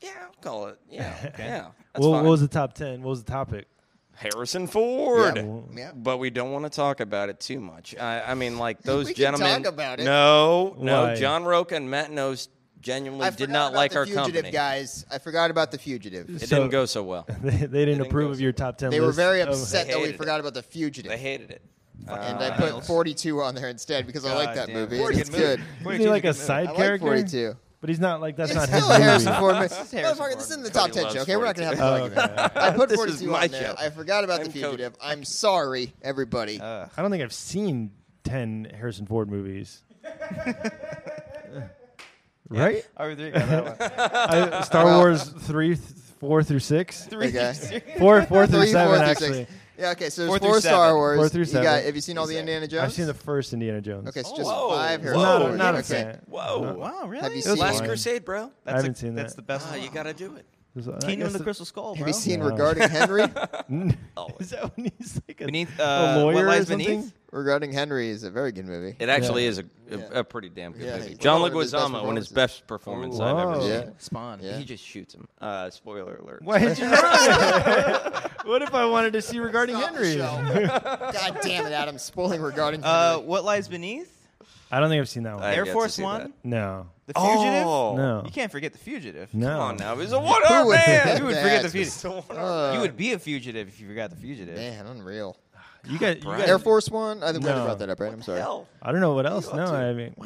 Yeah, I'll call it. Yeah, yeah. That's
Well,
fine.
what was the top 10? What was the topic?
Harrison Ford.
Yeah.
But we don't want to talk about it too much. I, I mean, like those
We can
gentlemen.
talk about it.
No, no.
Why?
John Roca and Matt Nose genuinely
I
did
forgot
not
about
like
the
our
fugitive
company.
guys. I forgot about the fugitive.
It
So-
didn't go so well.
They, they didn't
didn't
approve
go
of your top 10
They were
list.
very
of-
upset that we
hated it.
forgot about the fugitive,
They hated it.
and I put 42 on there instead because I like that movie. and It's good.
Isn't he like a side
I like
character?
42.
But he's not like, that's
It's
not
still a
his
Harrison
movie.
Ford movie.
is Harrison
Motherfucker, this
Ford.
isn't the
Everybody
top 10
loves
show, okay? We're not going to have
Oh,
an argument.
okay.
I put
This
42
is my
on there.
show.
I forgot about
I'm
The Fugitive.
coach.
I'm sorry, everybody.
I don't think I've seen 10 Harrison Ford movies. right?
RB3 got that one.
I, Star
Well-
Wars 3, th- 4 through 6?
Three.
Okay.
serious?
4, 4 through
Three,
7,
four, through
actually.
six. Yeah, okay, so
Four
there's
through
four Star
seven.
Wars.
Four through
You
seven.
got, have you seen all the Indiana Jones?
I've seen the first Indiana Jones.
Okay, it's just
Whoa.
five
Whoa.
Harrison
not,
Ford.
not a
okay.
fan.
Whoa.
Wow, really?
Have you seen,
was
Last
fine.
Crusade, bro.
That's
I haven't
a,
seen
That's
that.
the best
Ah,
one.
you got to do it.
There's- I
Kingdom of the
guess it-
Crystal Skull,
have
bro.
you seen
Oh, No.
Regarding Henry?
Is
Always.
that when he's like a,
Beneath,
a
uh, What
lawyer or
Lies
something?
Beneath?
Regarding Henry is a very good movie.
It actually is a, a, a pretty damn good
Yeah,
movie.
he's
John
one of his best
Leguizamo, one of his
performances.
best performances I've ever
Whoa.
seen.
Yeah.
Spawn.
Yeah.
He just shoots him. Uh, spoiler alert.
Why did you not- what if I wanted to see regarding
Stop the
Henry?
show. God damn it, Adam! Spoiling regarding Henry.
Uh, what lies beneath?
I don't think I've seen that one.
I- I've
Air
yet to
Force
see
One.
that.
no.
The fugitive.
Oh.
No.
You can't forget the fugitive.
No.
Come on now. He's a one arm
would
man.
think
You would
That
forget the
was-
fugitive.
Uh,
you would be a fugitive if you forgot the fugitive.
man, unreal.
You guys, you guys-
Air Force One. I think we
No.
already brought that up, right? I'm sorry.
Hell,
I don't know what else. No,
up to?
I mean,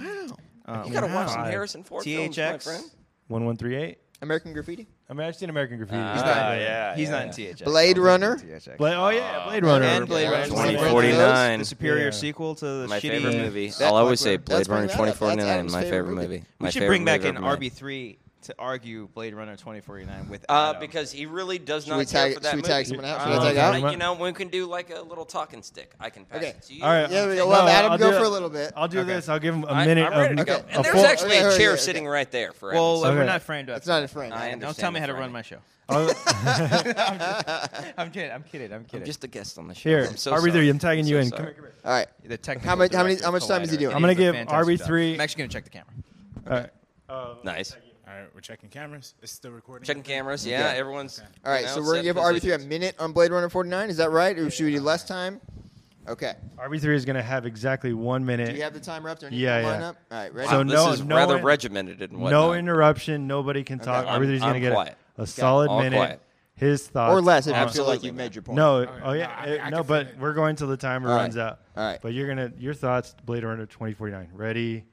uh,
you gotta watch some
Wow.
Harrison Ford films, my
THX?
friend.
one one three eight.
American Graffiti.
I mean, I've seen American Graffiti.
Ah,
He's
not-
yeah, Uh,
He's
yeah.
not in THX.
Blade
I'll take
Runner?
THX.
Blade, oh yeah, Blade Runner.
and Blade
Yeah,
Runner.
Blade Runner.
2049.
The superior
Yeah.
sequel to the
My
shitty
favorite movie.
That-
I'll always
like,
say
that's
Blade Runner
bringing that up. That's
2049.
Adam's
My
favorite
favorite
movie.
movie.
We
My
should
favorite
bring back
movie
in
ever made.
RB3 to argue Blade Runner 2049 with
Uh,
Adam.
because he really does
we
not care
tag-
for that
should we
movie.
tag someone out?
Should I tag
Uh,
out?
You know, we can do like a little talking stick. I can pass
Okay.
it to you.
All right.
Yeah, we
No,
will let Adam
I'll
go
do
for
it.
a little bit.
I'll do this. I'll give him a
I,
minute.
am ready
of,
to go.
a
And there's
full-
actually
Okay,
a
okay,
chair
okay. uh,
sitting right there for
well,
Adam.
Okay.
we're not framed up.
It's not a friend.
I
Adam.
am-
Don't tell me how to
Understand
run my
the
show.
I'll-
I'm kidding. I'm kidding. I'm kidding.
I'm just a guest on the show.
Here,
I'm so
RB3,
sorry.
I'm tagging you
so
in.
sorry.
Come here, come here.
All right.
the technical
How much- how many-
director
how much time is he
collateral.
doing?
I'm gonna
He's a
give
fantastic
RB3
job. I'm actually gonna check the camera.
All right.
Nice.
All right, we're checking cameras. It's still recording.
Checking cameras. Yeah, everyone's.
All right.
you know,
so we're gonna
set
give RB3 a
positions.
minute on Blade Runner 49. Is that right? Or should we do less time? Okay.
RB3 is going to have exactly one minute.
Do you have the timer up? Do I need
Yeah,
to
yeah.
line up? All right. Ready?
So
This
no-
is
no
rather
one-
regimented and whatnot.
no interruption. Nobody can talk.
I'm-
RB3 is going
I'm
to get
quiet.
a, a solid
All
minute.
quiet.
His thoughts.
or less if you feel
Absolutely,
like you've
man.
made your point.
No. Oh
no,
yeah.
I- I
eh,
can
no,
fit
but
it.
we're going till the timer
right.
runs out.
All right.
But you're gonna your thoughts. Blade Runner 2049. Ready?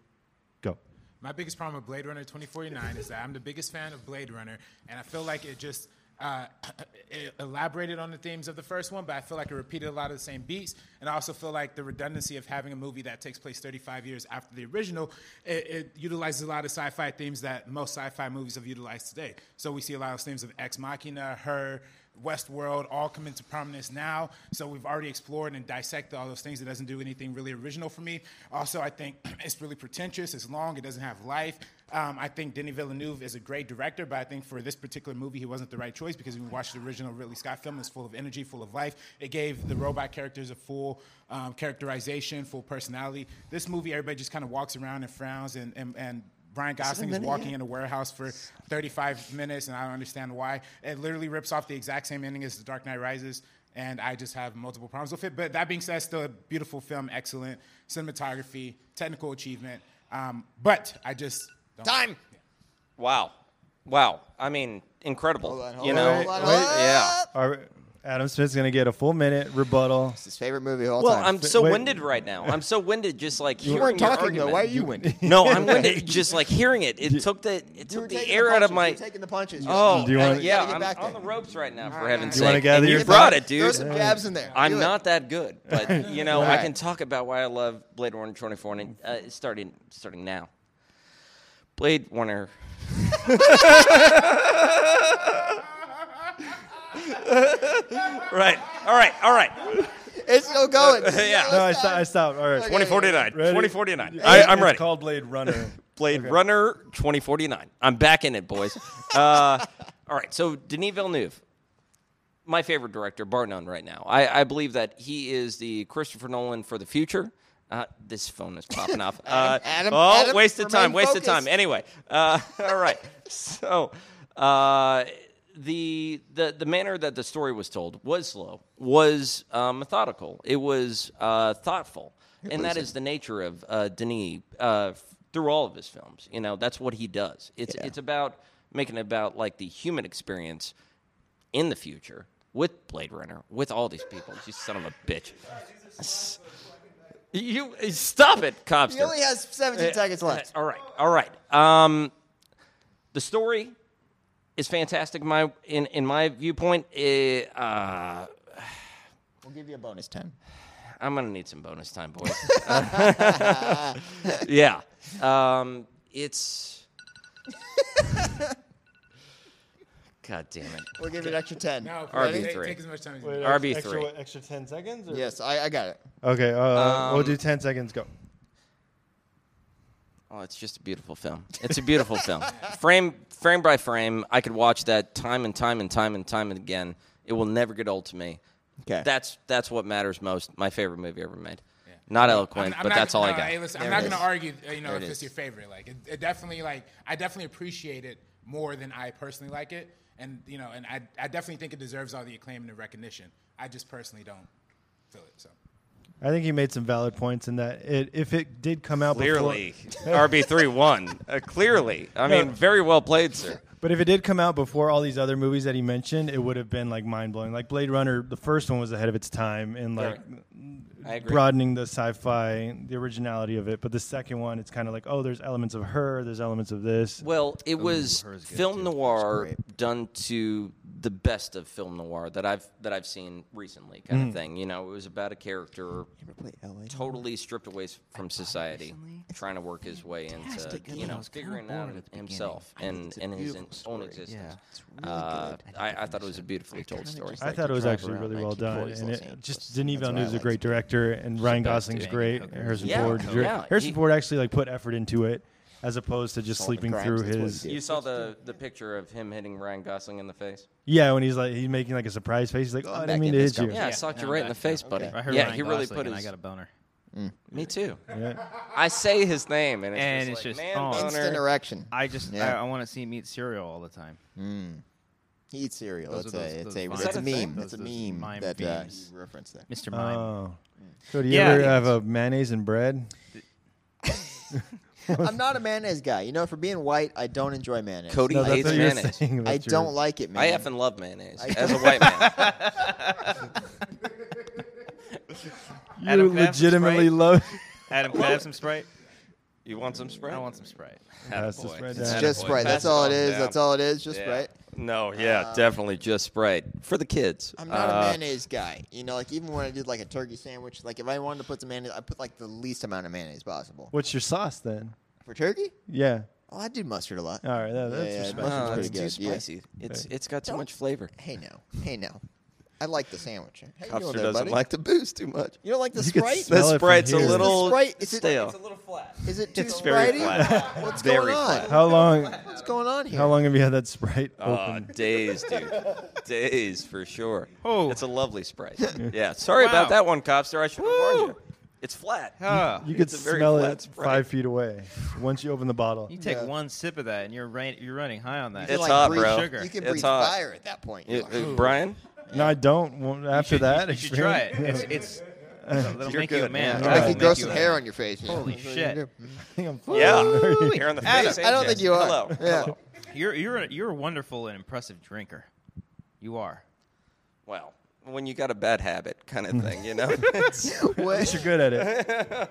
Go.
My biggest problem with Blade Runner 2049 is that I'm the biggest fan of Blade Runner, and I feel like it just uh, it elaborated on the themes of the first one, but I feel like it repeated a lot of the same beats. And I also feel like the redundancy of having a movie that takes place 35 years after the original, it, it utilizes a lot of sci-fi themes that most sci-fi movies have utilized today. So we see a lot of themes of Ex Machina, Her, Westworld all come into prominence now. So we've already explored and dissected all those things. It doesn't do anything really original for me. Also, I think it's really pretentious. It's long. It doesn't have life. Um, I think Denis Villeneuve is a great director, but I think for this particular movie, he wasn't the right choice because when we watched the original Ridley Scott film, it's full of energy, full of life. It gave the robot characters a full um, characterization, full personality. This movie, everybody just kind of walks around and frowns and, and, and Brian Gosling is walking in a warehouse for 35 minutes, and I don't understand why. It literally rips off the exact same ending as The Dark Knight Rises, and I just have multiple problems with it. But that being said, still a beautiful film, excellent cinematography, technical achievement. Um, but I just don't.
Time.
Wow. Wow. I mean, incredible.
Hold on, hold
you
on,
know?
hold on, hold on.
Yeah.
Our, Adam Smith's gonna get a full minute rebuttal.
It's his favorite movie of all
Well,
time.
I'm so
wait.
winded right now. I'm so winded just like
you
hearing
weren't
your
talking though.
argument.
Why are you winning?
No, I'm winded just like hearing it. It took the it
You were
took the
taking
air out of
punches.
my
You were taking the punches.
Oh,
Do you wanna-
uh, yeah,
Gotta get
I'm
back
on
there.
the ropes right now, for heaven's
Do
sake.
you wanna gather
and
your
you
thoughts?
brought it,
Throw
dude.
some jabs in there.
I'm
Do it.
not that good, but you know I
Alright.
can talk about why I love Blade Runner 24 and uh, starting starting now. Blade Runner. right. All right. All right.
It's still going.
Yeah.
No, I, sto- I stopped. All right.
Okay.
2049.
Ready?
2049. I, I'm
It's
ready.
Called Blade Runner.
Blade Runner 2049. I'm back in it, boys. uh, all right, so Denis Villeneuve, my favorite director, bar none, right now. I, I believe that he is the Christopher Nolan for the future. Uh, this phone is popping off. Uh,
Adam,
oh,
Adam,
wasted time,
remain
wasted
focused.
time. Anyway, uh, all right. So uh, the the the manner that the story was told was slow, was uh, methodical, it was uh, thoughtful, and that is the nature of uh, Denis uh, f- through all of his films. You know, that's what he does. It's it's about making it about like the human experience in the future with Blade Runner, with all these people. You son of a bitch. You stop it, Copster.
He only has 17 seconds left.
All right, all right. Um, the story is fantastic. in My in in my viewpoint, it, uh,
We'll give you a bonus time.
I'm gonna need some bonus time, boys. yeah, um, it's. God damn it!
We'll give you an extra 10.
No,
RB3.
take- Take as much time as you want.
RB3.
Extra, what, extra 10 seconds? Or?
Yes, I, I got it.
Okay. Uh,
Um,
we'll do 10 seconds. Go.
Oh, it's just a beautiful film. It's a beautiful film. Frame frame by frame, I could watch that time and time and time and time and again. It will never get old to me.
Okay.
That's that's what matters most. My favorite movie ever made. Not eloquent,
I'm
but
not-
that's all I
no,
got.
hey, listen, I'm
There
not
it
going to
is.
argue. uh, You know,
There
if
it
it's
is.
your favorite, like it, it definitely, like I definitely appreciate it more than I personally like it, and you know, and I, I definitely think it deserves all the acclaim and the recognition. I just personally don't feel it. So
I think he made some valid points in that it, if it did come out before-
Clearly, RB three won. Uh, clearly, I mean, very well played, sir.
But if it did come out before all these other movies that he mentioned, it would have been like mind blowing. Like Blade Runner, the first one was ahead of its time and like
I agree.
broadening the sci-fi, the originality of it. But the second one, it's kind of like, oh, there's elements of her, there's elements of this.
Well, it was
hers good,
film
too.
noir done to the best of film noir that I've that I've seen recently, kind of thing. You know, it was about a character totally stripped away s- from society, trying to work his way into
fantastic.
you
Yeah, I
know
was kinda
figuring
bored
out
at the beginning.
himself
I think
and
it's a
and his
beautiful
in- own
story.
existence.
Yeah, it's really
Uh,
good. I
I,
think
I
you
thought it was a
should-
beautifully
I
told
kinda
story.
just
I
like
thought
to
it was
drive
actually
around
really
like
well
he
done,
plays
and
Los
it,
Angeles.
just Denis
That's what I
Villeneuve's a
liked
great
about it.
director, and Ryan
back
Gosling's
to
great.
Hookers.
Harrison
Yeah,
Ford,
yeah,
Harrison
he-
Ford actually like put effort into it, as opposed to just
Solving
sleeping
crimes,
through
that's what he
his.
did.
You saw the, the picture of him hitting Ryan Gosling in the face?
Yeah, when he's like he's making like a surprise face, he's like, oh, I
back
didn't mean
in
to
this
hit you.
Yeah, I
Yeah,
socked you
no,
right in the
that's
face, buddy.
I heard
yeah,
Ryan
he really
Gosling
put
and
his.
I got a boner.
me too. I say his name, and it's
And
just
it's
like,
just
man,
on.
boner.
Instant erection.
I just
Yeah.
I, I want to see him eat cereal all the time.
He eats cereal.
Those
it's
are
a
those-
it's
those
a
vines.
it's a
Is that a thing?
meme. It's a
Those- those
meme
mime
that uh,
memes.
you referenced there.
Mr. Mime.
Oh. So do you
Yeah.
ever have a mayonnaise and bread?
I'm not a mayonnaise guy. You know, for being white, I don't enjoy mayonnaise.
Cody
No, that's
hates
what you're
mayonnaise.
saying.
I
That's your-
don't like it, man.
I effing love mayonnaise as a white man.
Adam,
You
can I have some
legitimately
Sprite?
love.
Adam, can I have some Sprite?
You want
Mm,
some Sprite?
I want some Sprite.
Pass the Sprite
It's
down.
just Sprite. That's all it is. That's all it is. Just
Yeah.
Sprite.
No, yeah, definitely just Sprite for the kids.
I'm not
Uh,
a mayonnaise guy. You know, like even when I did like a turkey sandwich, like if I wanted to put some mayonnaise, I put like the least amount of mayonnaise possible.
What's your sauce then?
For turkey?
Yeah.
Oh, I do mustard a lot.
All right, that-
Yeah,
that's
yeah,
respectable.
mustard's
No,
pretty
it's too
good, yeah.
spicy. It's it's got too much flavor.
Hey now, hey now, I like the sandwich. How you doing
Hofstra
there,
doesn't
buddy?
like the booze too much.
you don't like the
can
Sprite?
smell
This
it from
Sprite's a
here.
little
Is it Sprite? Is it-
stale.
Is it too
It's very
Spritey?
flat.
What's
Very
going on?
flat.
How long?
What's going on here?
How long have you had that Sprite
Oh,
open?
days, dude. days for sure.
Oh.
It's a lovely Sprite. Yeah. Sorry about
Wow.
that one, Copster. I should have warned you. It's flat.
Ah,
you could
it's a very
smell
flat
it
Sprite.
five feet away once you open the bottle.
you take
Yeah.
one sip of that and you're rain, you're running high on that.
You
It's
like
hot,
breathe-
bro.
Sugar.
You can
It's
breathe
hot.
fire at that point. You're
You-
like,
uh,
"Ooh."
Brian,
No, I don't. Well,
You
after
should-
that
you should try it.
experience-
It's, it's it'll make you a
good,
man.
man.
I
It'll
could
make
grow
you
some
a
hair
man.
on your face. yeah.
Holy
That's what you
shit.
do.
I think I'm fine.
Yeah. Here on the
Adam,
face.
I don't think you are.
Hello.
Yeah.
Hello.
You're you're a, you're a wonderful and impressive drinker. You are.
Well, when you got a bad habit kind of thing, you know? It's-
What?
You're good at it.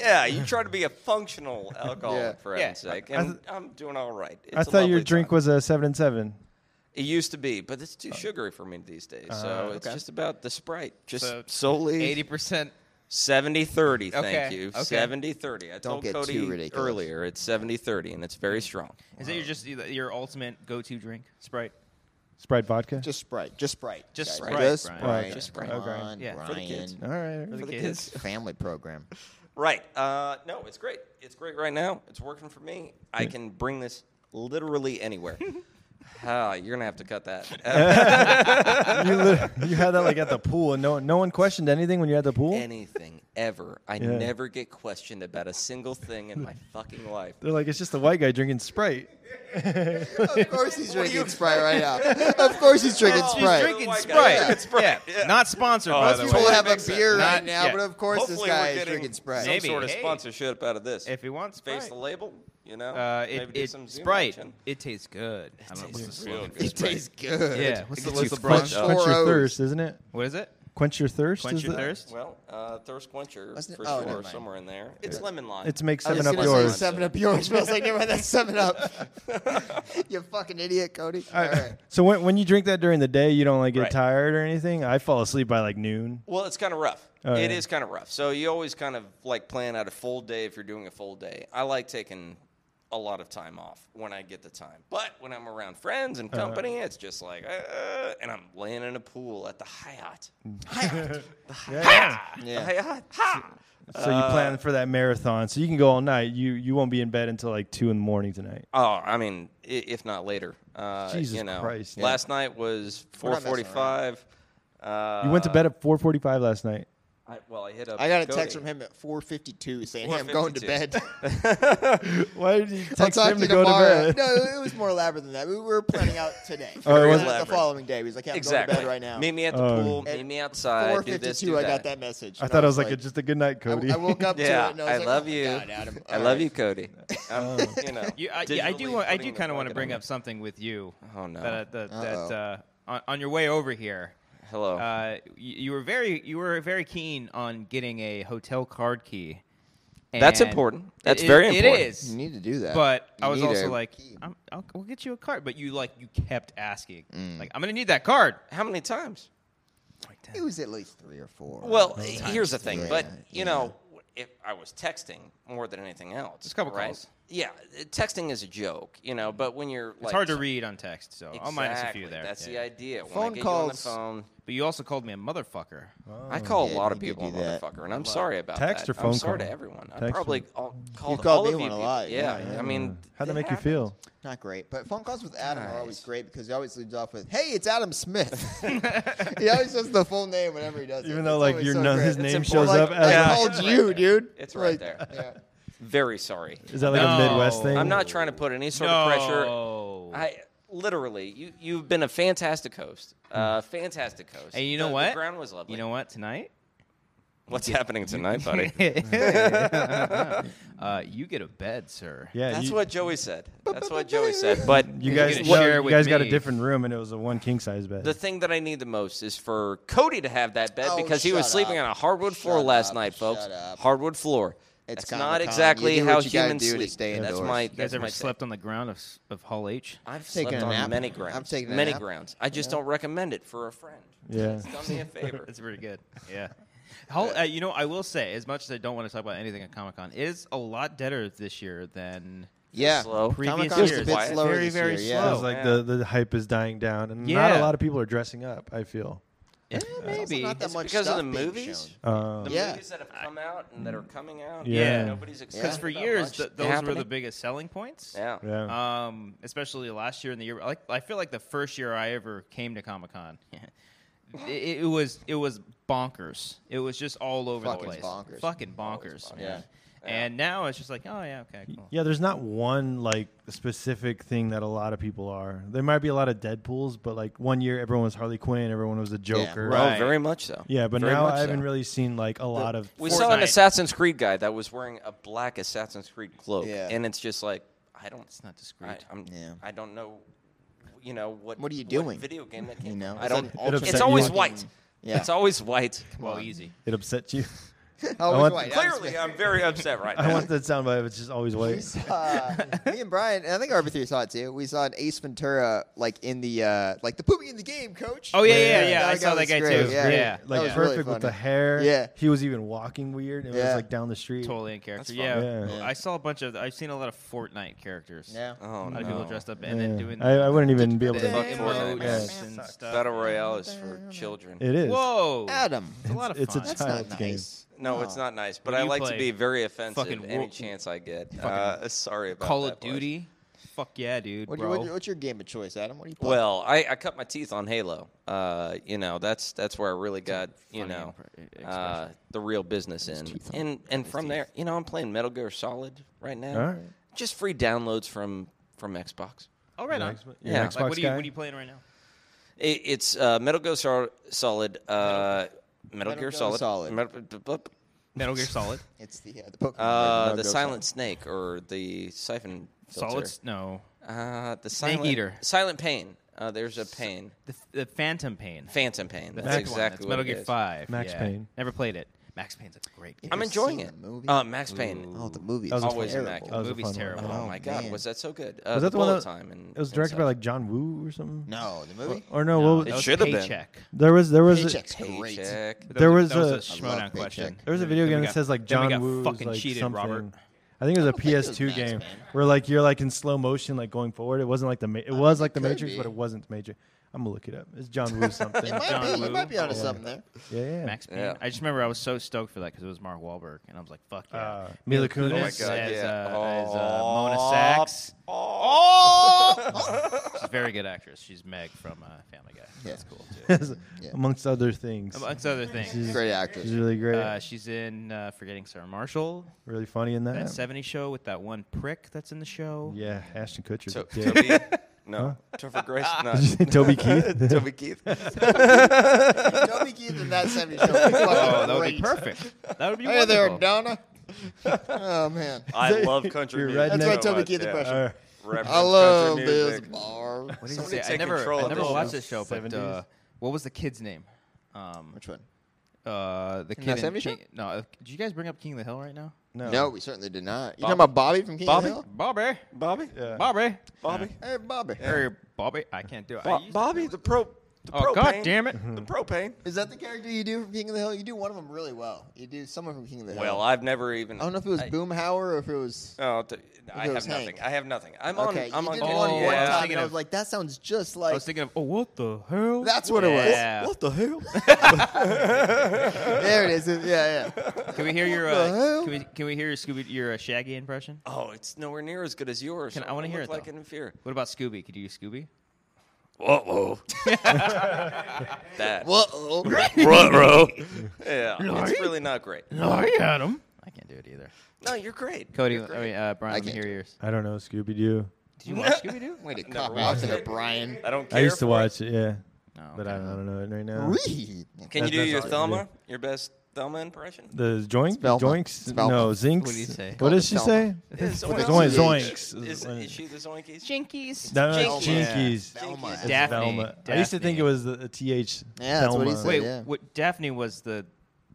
yeah, you try to be a functional alcoholic
Yeah.
for
Yeah.
heaven's sake. And
th-
I'm doing all right. It's
I
a
thought your
lovely
drink
time.
was a seven and seven.
It used to be, but it's too sugary for me these days. So it's just about the Sprite. Just
So,
solely
Eighty percent.
70 30. Thank
Okay,
you.
okay.
70 30. I told
get too
Cody
ridiculous.
earlier it's 70 30, and it's very strong.
Is that your just your ultimate go-to drink? Sprite.
Sprite vodka.
Just Sprite. Just Sprite.
Just
guys.
Sprite,
Just
Brian.
Sprite.
Just Sprite.
Come
Okay.
on,
Yeah.
Brian.
For
the kids.
All right.
For the
kids.
Family program.
Right. Uh, no, it's great. It's great right now. It's working for me. I can bring this literally anywhere. Ah, you're going to have to cut that. Uh,
you, li- you had that like at the pool, and no one, no one questioned anything when you had the pool.
anything, ever. I
Yeah.
never get questioned about a single thing in my fucking life.
They're like, it's just a white guy drinking Sprite.
Of course he's drinking Sprite right now. Of course he's drinking
Oh,
Sprite.
drinking White guy.
Sprite.
Yeah,
Yeah.
it's Sprite. Yeah. Oh,
Not sponsored, by
Most
the
people
way.
have a beer right
Not
now,
yet.
but of course this
Hopefully,
guy
we're
is
getting
drinking Sprite.
some
Maybe.
sort of
Hey.
sponsorship out of this.
If he wants
face
Sprite.
the label, you know,
Uh,
maybe
it,
do
it,
some Zoom
Sprite.
action.
It tastes good. I don't know what's the slogan.
It tastes good.
Yeah. What's the,
gets
what's
you
the brunch?
punched
up.
Quench
Four
your
O's.
thirst, isn't it?
What is it?
Quench your thirst.
Quench
is
your
the-
thirst.
Well, uh, Thirst Quencher
Wasn't-
for
oh, never
sure,
mind.
somewhere in there. It's lemon lime.
It's make
I was
seven up
gonna say
yours.
Seven up yours. But I was like, never mind. That's seven up. you fucking idiot, Cody. All right.
So when, when you drink that during the day, you don't like get
Right.
tired or anything. I fall asleep by like noon.
Well, it's kind of rough. It
Oh,
is
yeah.
kind of rough. So you always kind of like plan out a full day if you're doing a full day. I like taking a lot of time off when I get the time. But when I'm around friends
Uh-huh.
and company, it's just like, uh, and I'm laying in a pool at the Hyatt. Hyatt. The Hyatt. The Hyatt. Ha!
So you plan for that marathon, so you can go all night. You you won't be in bed until like two in the morning tonight.
Oh, I mean, i- if not later. Uh,
Jesus
you know,
Christ. Yeah.
Last night was
We're not messing
4:45. Uh,
You went to bed at four forty five last night.
I, well, I hit up.
I got a
Cody.
text from him at 4:52 saying, "Hey, I'm going to
4:52.
bed."
Why did you
I'll
text
talk
him
to
to
you
go to
tomorrow.
bed?
No, it was more elaborate than that. We were planning out today.
it was
It was the
elaborate.
following day. He was like, "Hey, "I'm
Exactly.
going to bed right now."
Meet me at the
Um,
pool.
At
Meet me outside. Do this.
4:52,
Do
I
that.
got that message.
I
and
thought it was like,
I
a, just a good night, Cody.
I woke up to
Yeah,
it. And I, was
I
like,
love
oh my
you.
God, Adam.
I love you, Cody. Um, you know,
You, I, yeah, I do.
digitally
wa- I
putting
do
the
kind of want
bucket
to
on
bring
the-
up something with you.
Oh, no.
That, that, that
Uh-oh.
uh, on, on your way over here.
Hello.
Uh, you, you were very you were very keen on getting a hotel card key.
That's
and
important. That's
it-
very
It
important.
is.
You need to do that.
But I
You
was
need
also
a
like,
key.
I'm, I'll, we'll get you a card. But you like you kept asking,
Mm.
like, I'm gonna need that card.
How many times?
It was at least three or four.
Well, here's the thing,
Yeah,
but you
yeah.
know, if I was texting more than anything else,
Just a couple
right?
calls.
Yeah, texting is a joke, you know. But when you're like,
It's hard to read on text, so
Exactly.
I'll minus a few there.
That's
Yeah.
the idea. When I
Phone
get
calls.
you on the phone,
But you also called me a motherfucker.
I call
Yeah,
a lot
you
of
did
people a
do that.
motherfucker, and I'm sorry about
Text
that.
or phone
I'm sorry
call?
to everyone. I
Text
probably
or-
all, called
called
all
me
of you
one a
people.
lot,
Yeah,
yeah.
I mean,
How'd that
it
make
happens.
you feel?
Not great, but phone calls with Adam are always
Guys.
great because he always leads off with, "Hey, it's Adam Smith." he always says the full name whenever he does it.
Even though,
It's
like,
always
your
so
no-
great.
his
It's
name
important.
shows up
Like,
as-
I
Yeah.
called
It's right
you,
there.
dude.
It's right
Like,
there.
yeah.
Very sorry.
Is that like
No.
a Midwest thing?
I'm not trying to put any sort of pressure.
No.
I literally, you you've been a fantastic host,
Hmm.
uh, fantastic host.
And you know
The-
what?
The ground was lovely.
You know what? Tonight,
what's happening tonight, buddy?
uh, you get a bed, sir.
Yeah,
That's
you,
what Joey said. That's what Joey said. But
you
get
guys.
to
well,
share
you
with
guys got a
me.
different room, and it was a one king size bed.
The thing that I need the most is for Cody to have that bed
Oh,
because he was
shut
sleeping
up.
on a hardwood floor
Shut
last
up.
night, folks.
Shut up.
Hardwood floor.
It's
that's
Comic-Con.
not exactly
You do what
how
you gotta
humans
do to
sleep.
stay
that's
indoors.
my.
You
That's
You guys ever
my
slept on the ground of s- of Hall H?
Take. I've
Taking
slept
a
on
nap.
many grounds.
I'm taking a
many
nap.
grounds. I just don't recommend it for a friend.
yeah.
Done me a favor.
That's pretty good. Yeah. Hall, uh, you know, I will say, as much as I don't want to talk about anything at Comic Con, it is a lot deader this year than
Yeah,
Slow.
Comic
Previous
Con's a
years.
bit
Quiet.
slower
Very,
this
very
year, yeah.
slow.
Sounds like the, the hype is dying down, and not a
Yeah.
lot of people are dressing up. I feel.
Eh, maybe.
not that
It's
much
because of
stuff
the
being
movies.
shown.
Uh,
The
Yeah.
movies that have come out and that are coming out.
Yeah.
and Nobody's excited.
Because for
about
years,
much
th- those
happening.
were the biggest selling points.
Yeah.
yeah.
Um, especially last year and the year. Like, I feel like the first year I ever came to Comic Con, it, it was it was bonkers. It was just all over
Fucking
the place.
bonkers.
Fucking bonkers. man.
Yeah.
And now it's just like, oh yeah, okay, cool.
yeah, there's not one like specific thing that a lot of people are. There might be a lot of Deadpool's, but like one year everyone was Harley Quinn, everyone was the Joker.
Right.
Oh, very much so.
Yeah, but
Very
now
much
I haven't
so.
really seen like a lot of.
We
Fortnite.
saw an Assassin's Creed guy that was wearing a black Assassin's Creed cloak,
Yeah.
and it's just like I don't. It's
not discreet.
I, I'm,
Yeah.
I don't know. You know what?
What are you doing?
video game that came.
You know,
I don't.
an alternate
it's always
fucking-
white.
Yeah.
It's always white.
Well, easy.
It upset you.
Always
want-
white. Oh, Adam
Clearly, I'm very upset right
I
now.
want that soundbite. It's just always white.
uh, me and Brian, and I think RB3 saw it too. We saw an Ace Ventura like in the uh, like the poopy in the game, coach.
Oh yeah, yeah, yeah. I
That
saw that
was
guy
great.
too.
Yeah.
Yeah,
That
Like
was really
perfect with the
funny.
hair.
Yeah.
He was even walking weird. It
Yeah.
was like down the street.
totally in character.
That's
Yeah.
fun. Yeah.
I saw a bunch of. I've seen a lot of Fortnite characters.
Yeah.
Oh,
a lot
no.
of people dressed up and
Yeah.
then doing
I, I wouldn't even be able to.
Fuck
the
Fortnite,
emotes
man.
Yeah.
and stuff.
Battle Royale is for children.
It is.
Whoa,
Oh.
Adam.
It's a lot of
It's a
fun.
That's not
Child's game.
nice.
no, it's not nice, but
Oh. When
I
you
like to
play
be very offensive
fucking
any
wo-
chance I get. Uh, sorry about
Call
that.
of
boys.
Duty. Fuck yeah, dude,
What, do you-
bro.
what, what's your game of choice, Adam? What do you play?
Well, I, I cut my teeth on Halo. Uh, you know, that's that's where I really got you
funny
know
impre- e-,
uh, the real business in. And and from there, you know, I'm playing Metal Gear Solid right now.
All right.
Just free downloads from from Xbox.
oh, right on.
You're
Yeah.
an
Like,
Xbox
Like, what are you
guy?
what are you playing right now?
It, it's uh, Metal Gear Sol- Solid. Uh, Metal, Gear Solid.
Solid.
Metal- blah, blah, blah.
Metal Gear Solid.
it's the uh, the Pokemon.
Uh,
game.
the
Go
Silent Snake or the Siphon. Filter.
Solid. s- No.
Uh, the Silent
Eater.
Silent Pain. Uh, there's a pain.
The, the Phantom Pain.
Phantom Pain. That's
Second one.
exactly
That's
what
Metal
it
Gear
is.
Five.
Max
yeah.
Payne.
Never played it. Max Payne's a great game.
I'm
Ever
enjoying
seen
it.
the movie?
Uh, Max Payne.
Solid. Oh, the movie.
That was a
Always
fun-
immaculate.
That was a
Movie's
fun one.
terrible.
Oh,
Oh,
my god,
man.
was that so good? Uh,
Was that the one
Bullet
that
time? And
it was
and
directed by
such.
like John Woo or something?
No, the movie.
Or no, what
That
It
was,
was
should have been.
Paycheck.
there was there was
Paycheck's
a,
great.
Paycheck.
That
There
was,
was
that
a-
was
I
a
love
showdown question.
Paycheck.
there was a
Then we
video
got-
game that says like
then we
John
got
Woo's
fucking
like
cheated,
something.
Robert.
I think it was a
think it was
PS2
Max
game
Payne.
where like you're like in slow motion like going forward. It wasn't like the ma- it was like the
could
Matrix,
be.
but it wasn't the Matrix. I'm gonna look it up. It's John Woo something.
It might
John
be. You
Woo.
might be onto something there.
Yeah, yeah.
Max Payne.
Yeah.
I just remember I was so stoked for that because it was Mark Wahlberg, and I was like, "Fuck yeah!"
Uh,
Mila
Mila Kunis.
Kunis
Oh my
God,
as,
yeah.
uh, as uh, Mona
Oh.
Sachs.
Oh,
She's a very good actress. She's Meg from uh, Family Guy. That's cool too.
Amongst other things,
Amongst other things,
She's-
Great actress.
she's really great,
uh, she's in uh, Forgetting Sarah Marshall,
really funny in that.
that '70s show with that one prick that's in the show.
yeah, Ashton Kutcher.
To-
dick.
Toby, no, Topher Grace, not
Toby Keith.
Toby Keith.
Toby Keith in that 70s show. would be
Oh,
fucking
that would be
great.
perfect. That would be
Hey there,
wonderful.
Donna. oh man,
I love country
You're
music.
redneck. That's
why
so
Toby
much,
Keith
yeah.
impression.
Uh,
Reference
I love
country
this
music.
bar.
What did he
Somebody
say? I
take
never,
control
I
of
never
this
watched
show.
this show, but
70s.
uh, what was the kid's name? Um,
Which one?
uh, the kid
that
in
70s show?
King, No, uh, did you guys bring up King of the Hill right now?
no.
No, we certainly did not. You talking about Bobby from King
Bobby?
of the Hill?
Bobby,
Bobby,
Yeah.
Bobby,
Bobby,
Hey, Bobby.
Hey, Bobby. I can't do it. I
Bo-
used to-
Bobby, the pro, the
Oh
propane.
God, damn it!
the propane.
Is that the character you do from King of the Hill? You do one of them really well. You do someone from King of the Hill.
Well, I've never even.
I don't know if it was Boomhauer or if it was.
Oh, t-
it
I have
was
nothing.
Hank.
I have nothing. I'm on.
Okay,
I'm
you
on.
did
King-
one,
Oh,
one
yeah.
time, and
thinking
I
of-
was like, that sounds just like.
I was thinking of oh, what the hell?
That's what it was.
yeah.
What the hell?
there it is. Yeah, yeah.
Can we hear your
the
uh,
hell?
can we can we hear your Scooby your uh, Shaggy impression?
oh, it's nowhere near as good as yours.
Can- I
What
wanna
it
hear
looked
it,
Like
though.
an inferior.
What about Scooby? Could you do Scooby?
Whoa, whoa. that.
Whoa.
Ruh, ruh. yeah, it's really not great.
No, I got him. I can't do it either.
No, you're great.
Cody,
You're
I
great.
mean uh, Brian,
I
let me
can't
hear
do it.
yours.
I don't know Scooby Doo.
Did you watch Scooby Doo?
Way to
Never
cop out
watched
there,
it.
Brian.
I don't care.
I used to
for it.
watch it, yeah,
No,
but
okay.
I don't, I don't know it right now.
Wee.
Can you
That's-
do
that's
your
all I
Thelma?
do.
Your best Thelma impression?
The joink,
Velma. It's
joinks,
Velma.
no zinks.
What do you say?
What does she
Velma.
say?
Is
With a
Zoinks-
zoinks.
Is,
Zoinks.
is she the Zoinkies? Oh
Jinkies.
No, no,
Jinkies.
it's Jinkies.
Velma.
It's
Daphne.
Velma. I used to
Daphne.
think it was the, the th.
Yeah, that's what he
Thelma.
said.
Wait,
yeah.
what? Daphne was the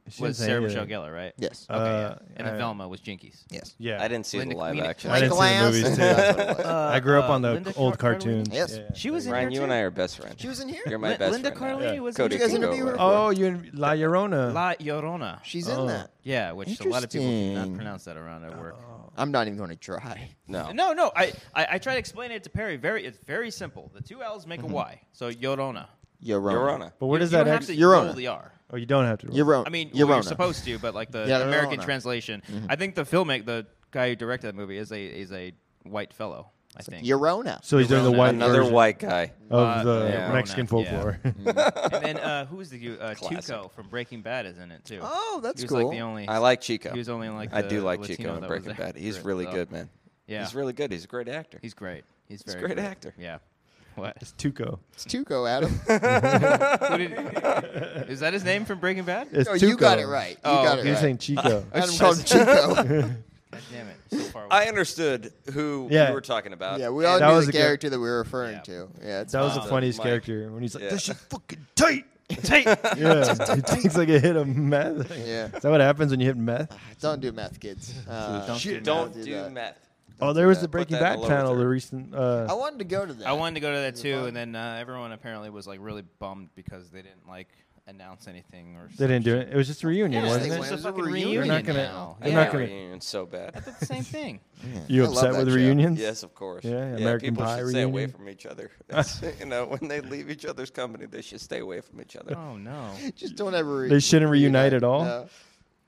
She
was
didn't say
Sarah
anything.
Michelle Gellar, right?
Yes.
Okay,
Uh,
yeah. And then
I-
Velma was Jinkies.
yes.
Yeah,
I didn't see
Linda
the live
Queen-
action.
I didn't see the
Glass.
movies. Too.
That's what it was.
I grew up on the
Uh, Linda
old
Car-
cartoons.
Yes.
Yeah, yeah.
She was in
Ryan,
here
you
too.
and I are best friends.
She was in here.
You're my best
Linda
friend.
Carlini
Yeah.
was
Cody
in
you guys
can go
interview her?
with.
Oh, you in La Llorona?
La Llorona.
She's in that.
Yeah, which a lot of people do not
Interesting.
pronounce that around at work.
Oh.
I'm not even going to try.
No.
No, no. I, I, I try to explain it to Perry. Very, it's very simple. The two L's make a Y. So Yorona.
Yorona.
Yorona.
Mm-hmm. but
You-
where does
you
that
don't have
actually?
to roll
Yorona.
the R.
Oh, you don't have to. roll.
Yorona.
I mean, well, you're
Yorona.
supposed to, but like the
Yeah,
American
Yorona.
translation. I think the filmmaker, the guy who directed that movie, is a is a white fellow. I think.
Yorona.
So he's doing the
Yorona.
white
Another
version
white guy.
Uh,
of the
yeah.
Mexican
Llorona, yeah.
folklore.
and then uh, who is the dude? uh,
Classic.
Tuco from Breaking Bad is in it too.
Oh, that's
he was
cool.
Like the only,
I like Chico.
He was only in, like
I
the
do like
Latino
Chico in
that was
Breaking
there.
Bad. He's
Great,
really
so-
good, man.
Yeah,
He's really good. He's a great actor.
He's great. He's very
great
good.
actor.
Yeah. What?
It's Tuco.
It's Tuco, Adam.
Who did- is that his name from Breaking Bad?
It's
No,
Tuco.
you got it right. You
Oh,
got it
You're
right.
saying Chico.
Adam called him Chico.
God damn it! So far away.
I understood who
Yeah.
you were talking about.
yeah, we all
That
knew
was
the
a good-
character that we were referring
Yeah.
to. Yeah, it's
That was the
Uh,
funniest
Mike.
character when he's like,
Yeah.
"This shit fucking tight, tight." yeah, he takes like a hit of meth.
Yeah.
is that what happens when you hit meth?
don't do meth, kids. Uh,
Don't do
Don't
do
do
that.
meth.
Oh, there was
that.
the
Put
Breaking
that in
Bad
the lower
panel. The
third.
recent.
I
Uh,
wanted to go to that.
I wanted to go to that too,
fun?
and then uh, everyone apparently was like really bummed because they didn't like announce anything or.
they didn't do it. It was just a reunion,
Yeah,
It
it's
wasn't
they
it?
just
went.
a
It was a
fucking
reunion.
reunion.
They're not gonna-
now.
I
They're
Yeah.
not
hate
gonna-
reunions so bad.
It's the same thing.
You
I love
upset
that
with
show.
reunions?
Yes, of course.
Yeah, American
people
Pie
should stay away
reunion.
from each other. That's- you know, when they leave each other's company, they should stay away from each other.
Oh no.
Just don't ever. Re-
They shouldn't reunite at all?
No.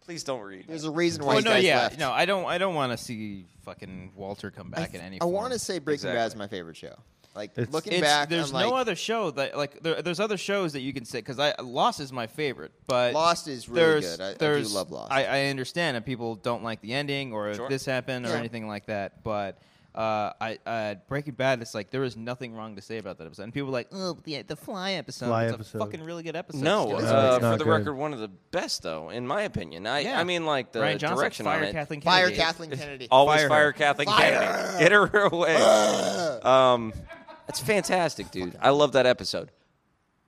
Please don't read.
There's a reason why
Well,
you
no,
guys
yeah,
left.
no. I don't. I don't want to see fucking Walter come
I,
back in any.
want to
form.
say Breaking
Exactly.
Bad's my favorite show. Like
It's-
looking
It's,
back,
there's
I'm
no
like,
other show that like there, there's other shows that you can say because I Lost is my favorite, but
Lost is really
there's-
good. I- I do
there's-
love Lost.
I, I understand that people don't like the ending or if
Sure.
this happened or
Yeah.
anything like that, but. Uh, I uh, Breaking Bad. It's like there is nothing wrong to say about that episode, and people are like, "Oh, the, the Fly episode.
Fly
it's
episode.
a fucking really good episode."
No,
Still,
it's
uh,
not
for the
good.
record, one of the best though, in my opinion. I,
Yeah.
I mean, like the
Ryan Johnson,
uh, direction
fire
on it.
Kathleen
fire
Kennedy.
Kathleen Kennedy.
Always
Fire
fire,
her.
Kathleen Kennedy. Get her away. um, that's fantastic, dude. I love that episode.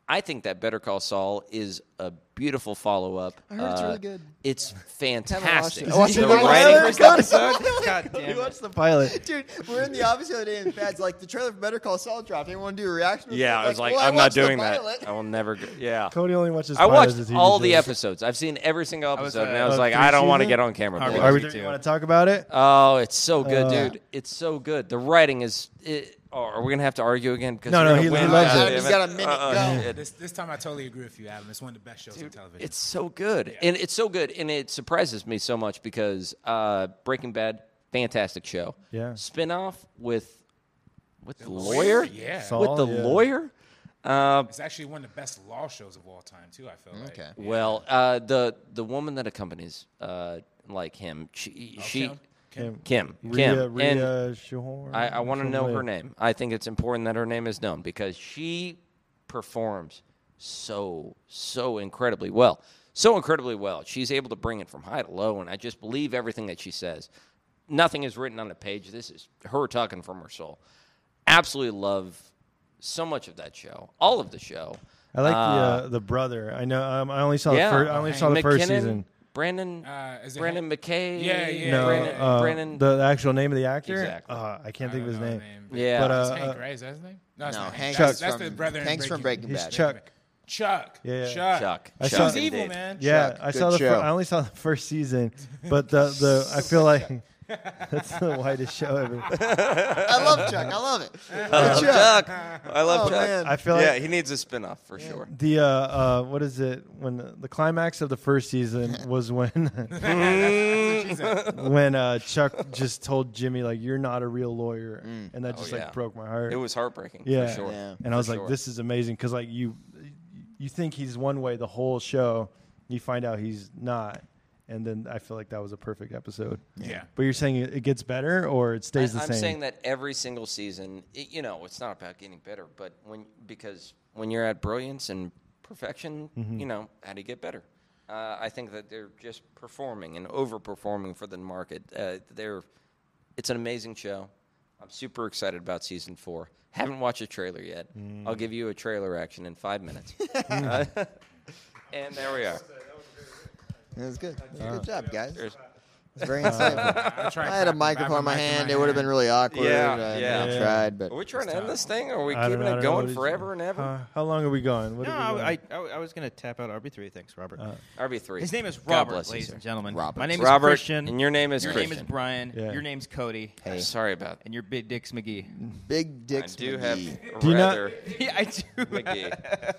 I think that Better Call Saul is a beautiful follow up. I
heard it's really good.
It's
watched
fantastic.
it. Oh, I watched
the
it.
writing
First episode.
God damn it.
the pilot.
Dude, we're in the office the other day, and Fad's like, the trailer for Better Call Saul dropped. Anyone do a reaction?
Yeah, I was like,
well,
I'm not
watched the
doing that.
pilot.
I will never. Go. Yeah.
Cody only watches.
I
pilots
watched
as he
all
does.
the episodes. I've seen every single
was,
episode, and
uh,
I was
Oh,
like,
three
I don't want to
season?
get on camera.
Harvey
boys.
Are we? Uh,
Me
Do
too.
want to talk about it?
Oh, it's so good,
Uh,
dude. It's so good. The writing is it, Oh, are we gonna have to argue again? Because
No,
you're
no,
gonna
he- he
win.
loves
God
it.
damn
He's got a minute,
Oh,
Uh-uh.
go.
It-
This, this time I totally agree with you, Adam. It's one of the best shows on television.
It's so good, and it's so good, and it surprises me so much because uh, Breaking Bad, fantastic show.
Yeah.
Spinoff with with the lawyer.
Yeah.
Saul,
With the
yeah.
lawyer.
It's actually one of the best law shows of all time, too, I feel like.
Okay.
Well, uh, the the woman that accompanies uh, like him, she she
Kim.
Kim
Rhea,
Kim, and
Rhea Shahorn.
I, I want to
something
know her
like-
name. I think it's important that her name is known because she performs so, so incredibly well. So incredibly well. She's able to bring it from high to low, and I just believe everything that she says. Nothing is written on a page. This is her talking from her soul. Absolutely love so much of that show, all of the show.
I like the uh, the brother. I know. Um, I only saw
yeah,
the first. I only saw the first
McKinnon,
season.
Brandon,
Uh, is it
Brandon McKay.
Yeah, yeah,
No,
Brandon,
uh,
Brandon.
the actual name of the actor.
Exactly.
Uh, I can't think of
I don't
his
know her
name.
name.
yeah,
but, uh,
That's Hank, right? Is that his name? No, it's
No,
not
Hank.
That's,
Chuck.
that's the
from-
brother. in
Hank's from Breaking
He's
Bad.
Chuck.
Chuck.
Yeah, yeah.
Chuck.
Chuck.
I
Chuck.
saw-
He's evil,
Indeed.
man.
Yeah,
Chuck,
I
good
saw the.
show.
Fir- I only saw the first season, but the the I feel like that's the whitest show ever.
I love Chuck. I love it.
I love Oh, Chuck. I love
Oh,
Chuck.
man.
I feel
yeah,
like-
he needs a spinoff for sure.
The uh, uh, what is it when the, the climax of the first season was when when uh, Chuck just told Jimmy like you're not a real lawyer, and that just
yeah.
like broke my heart.
It was heartbreaking
yeah,
for sure.
Yeah.
and I was like,
sure.
this is amazing because like you you think he's one way the whole show, you find out he's not, and then I feel like that was a perfect episode.
Yeah.
But you're saying it it gets better or it stays the
I, am
same?
saying that every single season, it, you know, it's not about getting better, but when because when you're at brilliance and perfection,
Mm-hmm.
you know, how do you get better? Uh, I think that they're just performing and overperforming for the market. Uh, they're, it's an amazing show. I'm super excited about season four. Haven't watched a trailer yet. I'll
Mm.
give you a trailer action in five minutes. Uh, and there we are.
It was good. Good job, guys. It
There's-
was very insightful.
I, tried
I had a microphone in my hand. It would have been really awkward.
Yeah,
and
yeah.
I tried, but
Are we trying to end this thing, or are we
I don't know-
keeping
I don't know
it going
what he's-
forever and ever?
Uh, how long are we going? What
No,
are we going?
I, I, I was going to tap out RB3. Thanks, Robert.
Uh,
RB3.
His name is
God
Robert,
bless you,
ladies
sir.
and gentlemen.
Robert.
My name
Robert,
is Christian.
and your name is
Your name
Christian.
is Brian.
Yeah.
Your name's Cody.
I'm sorry about that.
And you're Big Dicks McGee.
big
I
dicks.
do
McGee.
have
you not-
rather
yeah, I do.
McGee.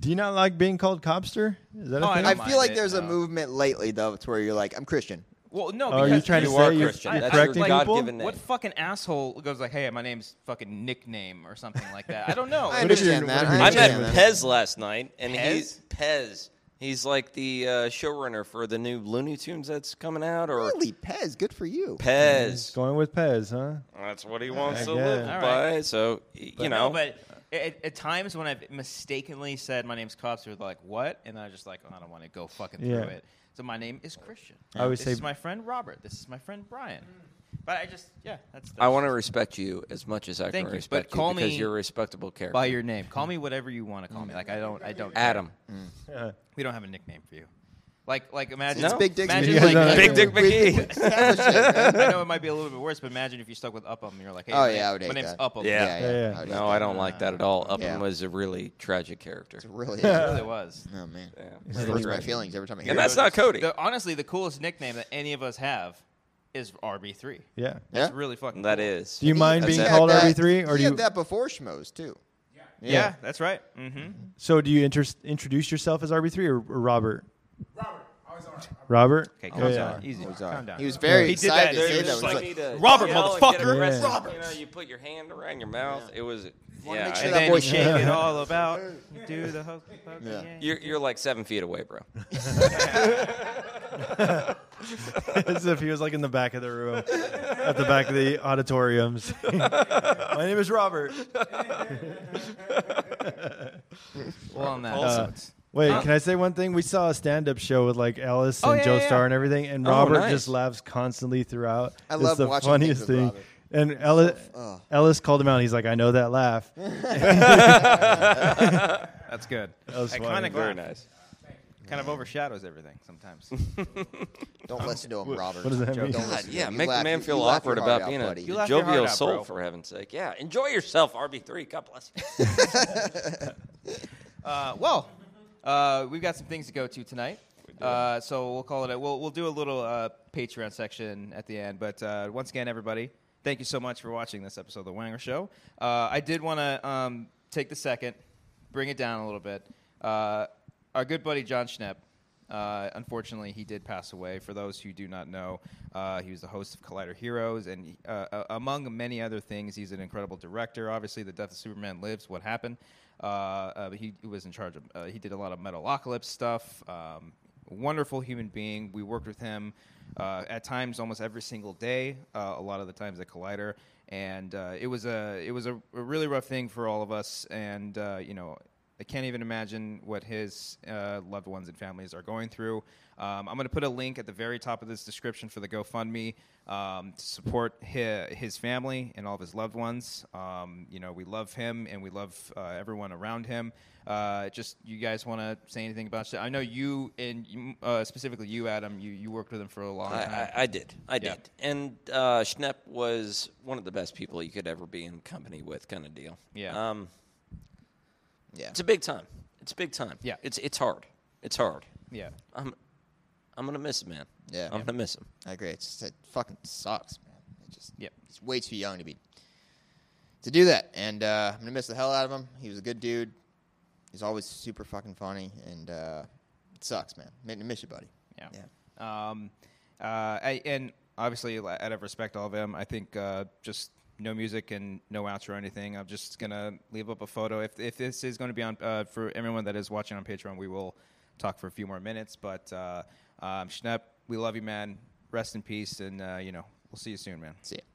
Do you not like being called copster? Is that a
Oh, I
thing?
I
don't mind
feel like
it,
there's a
no.
movement lately, though, to where you're like, I'm Christian.
Well, no.
Oh, are you
because
trying to
You
say
are
you're,
Christian.
you're
That's your
correcting people?
God-given name.
What fucking asshole goes like, "Hey, my name's fucking nickname or something like that"? I don't know.
I
if you're-
understand that.
what if
I
you're-
I met
understand that.
Pez last night, and
Pez?
he's Pez. He's like the uh, showrunner for the new Looney Tunes that's coming out, or
Really, Pez, good for you.
Pez.
Going with Pez, huh?
That's what he wants to
yeah.
live
All right.
by. So y- you know,
no, but at, at times when I've mistakenly said my name's Cops, they're like, "What?" And I just like, "Oh, I don't want to go fucking
Yeah.
through it. So my name is Christian.
I always
this
say-
is my friend Robert. This is my friend Brian. But I just, yeah, that's. that's
I want to respect you as much as I
Thank
can
you,
respect
but call
you because
me
you're a respectable character.
by your name. Call me whatever you want to call me. Like I don't, I don't. care.
Adam.
we don't have a nickname for you. Like, like imagine
It's No?
Big Dick
Imagine,
McGee.
like,
Yeah, no,
Big Dick McGee.
I know it might be a little bit worse, but imagine if you stuck with Upham and you're like, hey,
Oh,
my,
yeah,
name-
I would
my
hate
name's
that.
Upham.
Yeah.
Yeah,
I would
No,
hate
I
that.
don't like that at all. Upham
Yeah.
was a really tragic character.
Really?
It
Oh
really was.
man,
Yeah.
it hurts my feelings every time I hear
And
it.
that's not Cody.
The, honestly, the coolest nickname that any of us have is RB3.
Yeah.
Yeah?
It's really fucking.
That
cool.
is.
Do you mind
He
being
had
called
that-
every three, or
he
do
had
you?
that before Schmoes too?
Yeah, that's right. Mm-hmm.
So do you inter- introduce yourself as RB three or, or Robert? Robert. Oh,
Okay, calm
Yeah.
down. Easy. Calm down.
He was very
He did that
excited. to
and
say
he was just
that. He was
like,
like,
Robert,
yell and get
motherfucker.
aggressive.
Robert.
You know, you put your hand around your mouth. It was. Yeah.
make
I-
sure
And
that
then
boy-
you shake it all about. You do the hokey pokey.
Yeah.
yeah.
you're, you're like seven feet away, bro.
As if he was like in the back of the room, at the back of the auditoriums. My name is Robert.
Well, on that.
Wait, can I say one thing? We saw a stand-up show with like Ellis
Oh,
and
yeah,
Joe
yeah, Oh,
Star
yeah.
and everything, and Robert
nice.
just laughs constantly throughout.
I
it's
love
the
watching
funniest thing.
things with Robert. uh.
And Ellis, Ellis called him out. He's like, "I know that laugh."
that's good.
was funny.
Iconic
Very
laugh.
nice.
Kind of overshadows everything sometimes.
don't listen to him,
Um,
Robert.
what does that mean?
Don't
God,
listen to
yeah,
him. You
make the
laugh-
man
you
feel
laugh your
awkward
heart
about
out,
being a
buddy.
You laugh your
jovial
heart out,
soul,
bro.
for heaven's sake. Yeah, enjoy yourself, RB3. God bless you.
Uh, well, uh, we've got some things to go to tonight. Uh, so we'll call it a, we'll, we'll do a little uh, Patreon section at the end. But uh, once again, everybody, Thank you so much for watching this episode of The Wanger Show. Uh, I did want to um, take the second, bring it down a little bit. Uh, our good buddy John Schnepp, uh, unfortunately, he did pass away. For those who do not know, uh, he was the host of Collider Heroes, and uh, uh, among many other things, he's an incredible director. Obviously, The Death of Superman Lives, What Happened. Uh, uh, but he, he was in charge of, uh, he did a lot of Metalocalypse stuff. Um, wonderful human being. We worked with him uh, at times almost every single day, uh, a lot of the times at Collider, and uh, it was a it was a, a really rough thing for all of us. And uh, you know, I can't even imagine what his uh, loved ones and families are going through. Um, I'm going to put a link at the very top of this description for the GoFundMe um, to support his, his family and all of his loved ones. Um, you know, we love him and we love uh, everyone around him. Uh, just you guys want to say anything about that? I know you and you, uh, specifically you, Adam. You, you worked with him for a long
I,
time.
I, I did. I
Yeah.
did. And uh, Schnepp was one of the best people you could ever be in company with, kind of deal.
Yeah.
Um,
Yeah.
It's a big time. It's a big time.
Yeah.
It's it's hard. It's hard.
yeah,
I'm I'm gonna miss him, man.
Yeah.
I'm gonna miss him.
I agree. It's just, it fucking sucks, man. It just
Yep.
he's way too young to be to do that, and uh, I'm gonna miss the hell out of him. He was a good dude. He's always super fucking funny, and uh, it sucks, man. Mi- Miss you, buddy.
yeah. Um, uh, I, and obviously, li- out of respect, to all of them. I think uh, just no music and no outro or anything. I'm just gonna leave up a photo. If if this is going to be on uh, for everyone that is watching on Patreon, we will talk for a few more minutes. But uh, um, Schnepp, we love you, man. Rest in peace, and uh, you know we'll see you soon, man.
See ya.